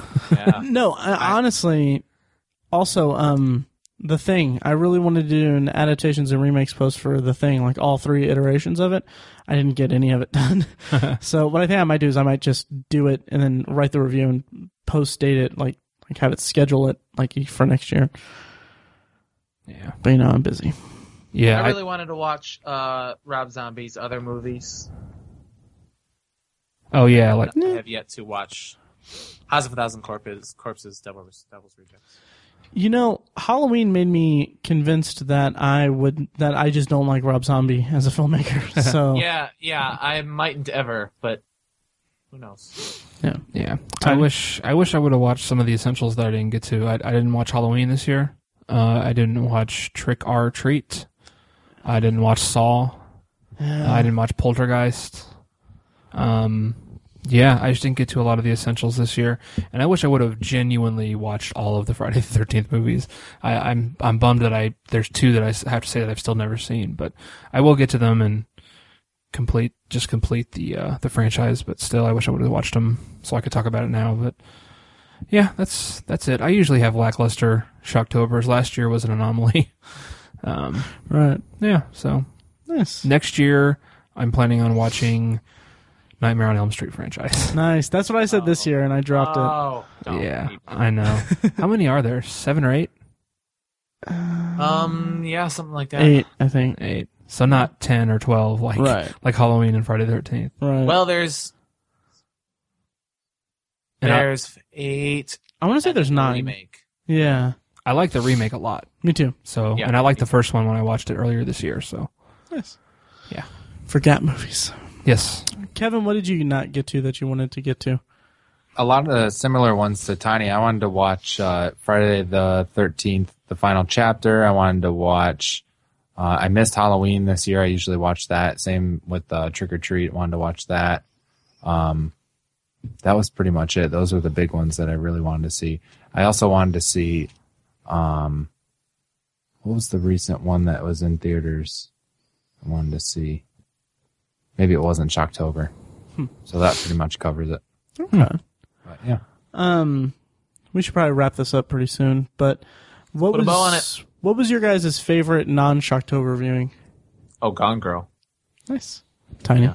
Yeah. no, I, honestly, also, um, the thing I really wanted to do an adaptations and remakes post for the thing, like all three iterations of it. I didn't get any of it done. so what I think I might do is I might just do it and then write the review and post date it, like like have it schedule it like for next year. Yeah, But you know, I'm busy. yeah. I I- really wanted to watch uh, Rob Zombie's other movies. oh yeah, like I have yet to watch House of a Thousand Corpses, Corpses, Devil's, Devil's Rejects. You know, Halloween made me convinced that I would that I just don't like Rob Zombie as a filmmaker. So Yeah, yeah, I mightn't ever, but who knows? Yeah, I Tiny? wish I wish I would have watched some of the essentials that I didn't get to. I, I didn't watch Halloween this year. Uh, I didn't watch Trick or Treat. I didn't watch Saw. I didn't watch Poltergeist. Um, yeah, I just didn't get to a lot of the essentials this year, and I wish I would have genuinely watched all of the Friday the Thirteenth movies. I, I'm I'm bummed that I there's two that I s- have to say that I've still never seen, but I will get to them and complete just complete the uh, the franchise. But still, I wish I would have watched them so I could talk about it now. But yeah, that's that's it. I usually have lackluster Shocktober's. Last year was an anomaly. um, right. yeah, so Nice. next year I'm planning on watching Nightmare on Elm Street franchise. Nice. That's what I said this year, and I dropped it. Oh, don't yeah, keep- I know. How many are there? Seven or eight? Um, yeah, something like that. Eight, I think. Eight. So not ten or twelve like Right. like Halloween and Friday the Thirteenth. Right. Well, there's And I, there's eight. I want to say and there's the nine. Remake. Yeah. I like the remake a lot. Me too. So Yeah. and I like the first one when I watched it earlier this year. So Nice. Yeah. Forgot movies. yes, Kevin, what did you not get to that you wanted to get to? A lot of the similar ones to Tiny. I wanted to watch uh, Friday the Thirteenth, the final chapter. I wanted to watch. Uh, I missed Halloween this year. I usually watch that. Same with uh, Trick or Treat. Wanted to watch that. Um, that was pretty much it. Those were the big ones that I really wanted to see. I also wanted to see. Um, What was the recent one that was in theaters? I wanted to see. Maybe it wasn't Shocktober. So that pretty much covers it. Okay. But yeah. Um, we should probably wrap this up pretty soon. But what Put a was bow on what was your guys' favorite non Shocktober viewing? Oh, Gone Girl. Nice, tiny. Yeah.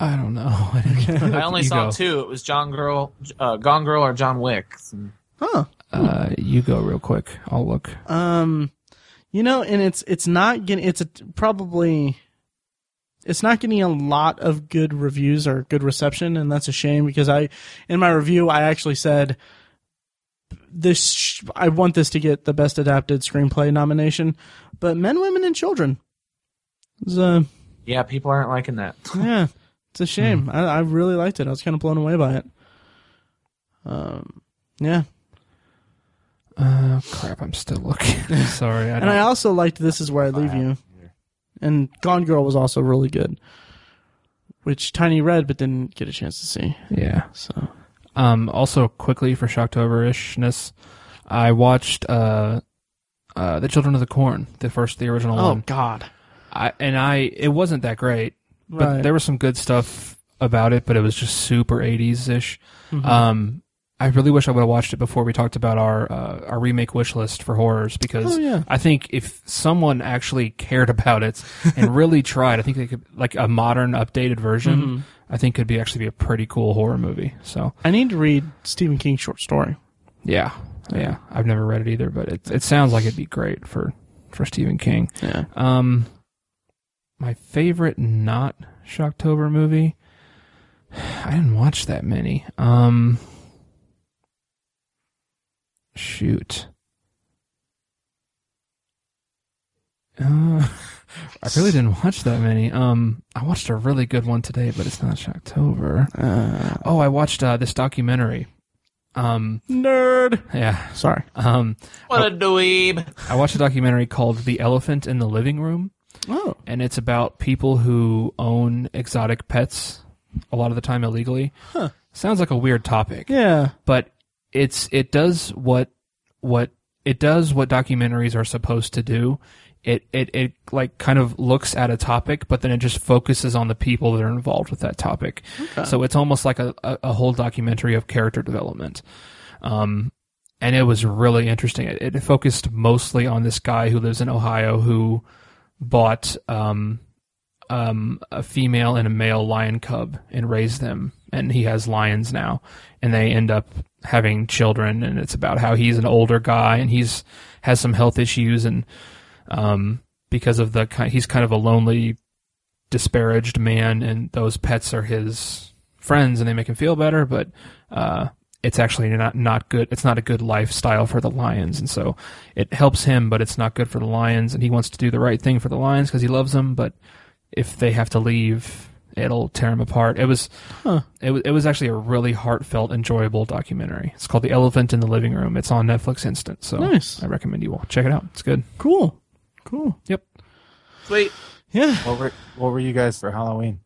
I don't know. I, didn't- I only you saw go. two. It was John Girl, uh, Gone Girl, or John Wick. Huh. Uh, you go real quick. I'll look. Um, you know, and it's it's not getting it's a, probably it's not getting a lot of good reviews or good reception, and that's a shame because I in my review I actually said this sh- I want this to get the best adapted screenplay nomination, but Men, Women, and Children. It's a, Yeah, people aren't liking that. yeah, it's a shame. I, I really liked it. I was kind of blown away by it. Um, yeah. Uh, crap. I'm still looking. Sorry. I And I don't, also liked This Is Where I Leave You. And Gone Girl was also really good, which Tiny read but didn't get a chance to see. yeah. So Um, also quickly for Shocktober-ishness, I watched uh, uh, The Children of the Corn, the first, the original oh one. god, I, and I, it wasn't that great, but right? there was some good stuff about it, but it was just super 80s ish. Mm-hmm. Um, I really wish I would have watched it before we talked about our uh, our remake wish list for horrors because Oh, yeah. I think if someone actually cared about it and really tried, I think they could like a modern updated version. Mm-hmm. I think could be actually be a pretty cool horror movie. So I need to read Stephen King's short story. yeah, yeah, I've never read it either, but it it sounds like it'd be great for for Stephen King. Yeah, Um, my favorite not Shocktober movie. I didn't watch that many. Um, shoot. Uh, I really didn't watch that many. Um, I watched a really good one today, but it's not Shocktober. uh, Oh, I watched uh, this documentary. Um, nerd. yeah. Sorry. Um, What a dweeb. I watched a documentary called "The Elephant in the Living Room." Oh, and it's about people who own exotic pets a lot of the time illegally. Huh. Sounds like a weird topic, yeah. but it's it does what what it does what documentaries are supposed to do. It it it like kind of looks at a topic, but then it just focuses on the people that are involved with that topic. So it's almost like a, a, a whole documentary of character development. Um, and it was really interesting. It, it focused mostly on this guy who lives in Ohio who bought um, um, a female and a male lion cub and raised them, and he has lions now, and they end up having children, and it's about how he's an older guy and he's has some health issues, and um, because of the ki- he's kind of a lonely, disparaged man, and those pets are his friends, and they make him feel better, but. Uh, it's actually not not good. It's not a good lifestyle for the lions, and so it helps him, but it's not good for the lions. And he wants to do the right thing for the lions because he loves them, but if they have to leave, it'll tear them apart. It was, it was, it was actually a really heartfelt, enjoyable documentary. It's called The Elephant in the Living Room. It's on Netflix Instant, so Nice. I recommend you all check it out. It's good. Cool. Cool. Yep. Sweet. Yeah. What were what were you guys for Halloween?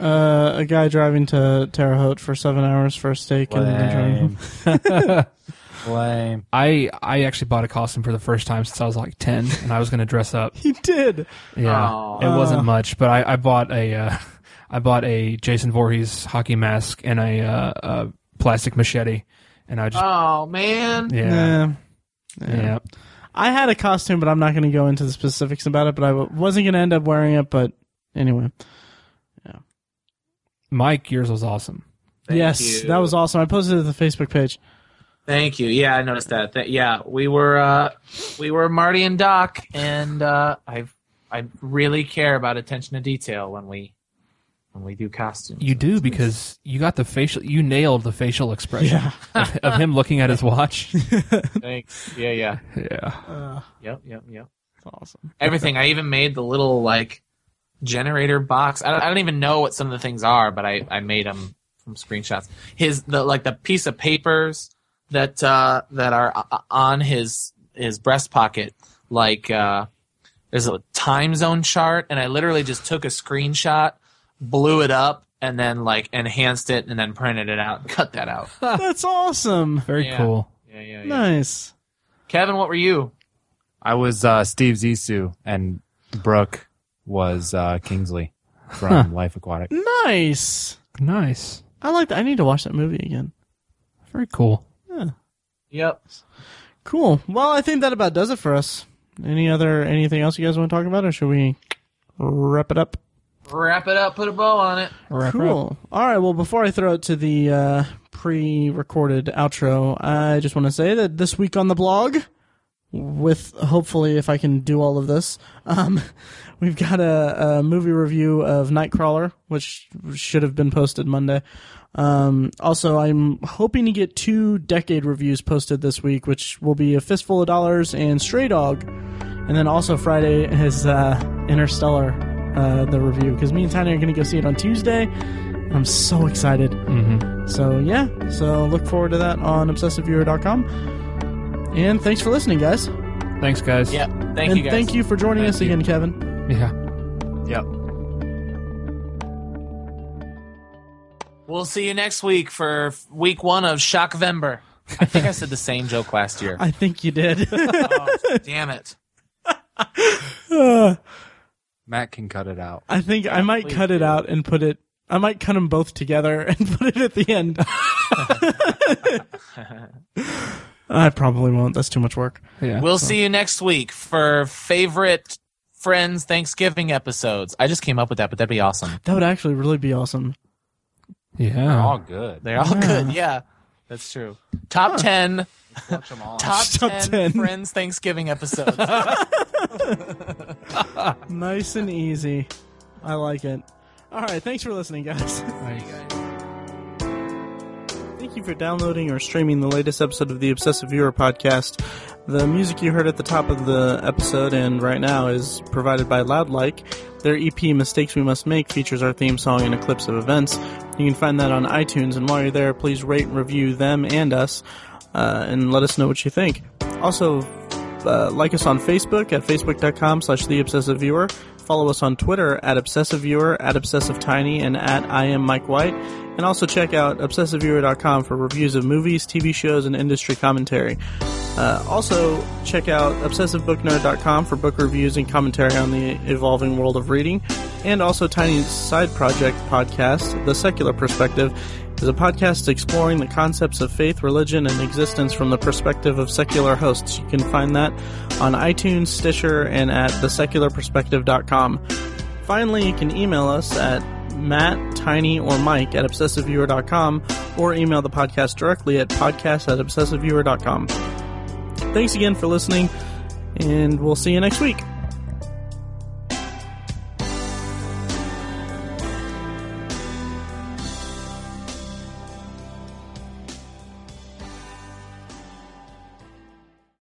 Uh, a guy driving to Terre Haute for seven hours for a steak and then driving home. Lame. Lame. I I actually bought a costume for the first time since I was like ten, and I was going to dress up. He did. Yeah, Aw. it wasn't much, but I, I bought a uh, I bought a Jason Voorhees hockey mask and a, uh, a plastic machete, and I just Oh, man. yeah Nah. yeah. I had a costume, but I'm not going to go into the specifics about it. But I w- wasn't going to end up wearing it. But anyway, Mike, yours was awesome. Thank yes, you. that was awesome. I posted it to the Facebook page. Thank you. Yeah, I noticed that. Th- yeah, we were uh, we were Marty and Doc, and uh, I I really care about attention to detail when we when we do costumes. You do because you got the facial. You nailed the facial expression of, of him looking at his watch. Thanks. Yeah, yeah. yeah. Yep, yep, yep. awesome. Everything. I even made the little like generator box. I don't, I don't even know what some of the things are, but I I made them from screenshots. His the like the piece of papers that uh that are uh, on his his breast pocket like uh there's a time zone chart and i literally just took a screenshot blew it up and then like enhanced it and then printed it out and cut that out That's awesome. Very Yeah. cool. yeah yeah yeah Nice. Kevin, what were you? I was uh, Steve Zissou, and Brooke was uh, Kingsley from Life Aquatic. Nice. Nice. I like that. I need to watch that movie again. Very cool. Yep. Cool. Well, I think that about does it for us. Any other anything else you guys want to talk about, or should we wrap it up? Wrap it up. Put a bow on it. Wrap her up. Cool. All right. Well, before I throw it to the uh, pre-recorded outro, I just want to say that this week on the blog, with hopefully if I can do all of this, um, we've got a, a movie review of Nightcrawler, which should have been posted Monday. Um, also, I'm hoping to get two decade reviews posted this week, which will be a fistful of dollars and Stray Dog. And then also Friday is uh, Interstellar, uh, the review, because me and Tanya are going to go see it on Tuesday. And I'm so excited. Mm-hmm. So, yeah, so look forward to that on obsessiveviewer.com. And thanks for listening, guys. Thanks, guys. Yep. Thank and you guys. thank you for joining Thank us you. again, Kevin. Yeah. Yep. We'll see you next week for week one of Shockvember. I think I said the same joke last year. I think you did. Oh, damn it. Matt can cut it out. I think I might cut it out and put it. I might cut them both together and put it at the end. I probably won't. That's too much work. Yeah. We'll see you next week for favorite Friends Thanksgiving episodes. I just came up with that, but that'd be awesome. That would actually really be awesome. yeah. All good. They're all good. Yeah, that's true. Top 10. Watch 'em all. Top, Top 10, 10. Friends Thanksgiving episodes. Nice and easy. I like it. All right. Thanks for listening, guys. Thank you for downloading or streaming the latest episode of the Obsessive Viewer podcast. The music you heard at the top of the episode and right now is provided by Loudlike. Their EP Mistakes We Must Make features our theme song and a clips of events. You can find that on iTunes, and while you're there, please rate and review them and us uh, and let us know what you think. Also, uh, like us on Facebook at facebook.com slash the obsessive viewer. Follow us on Twitter at obsessive viewer, at obsessive tiny, and at I am Mike White. And also check out obsessiveviewer.com for reviews of movies, TV shows, and industry commentary. Uh, also, check out obsessivebooknerd.com for book reviews and commentary on the evolving world of reading. And also Tiny's side project podcast, The Secular Perspective, is a podcast exploring the concepts of faith, religion, and existence from the perspective of secular hosts. You can find that on iTunes, Stitcher, and at thesecularperspective.com. Finally, you can email us at Matt, Tiny, or Mike at obsessiveviewer.com or email the podcast directly at podcast at obsessiveviewer.com. Thanks again for listening, and we'll see you next week.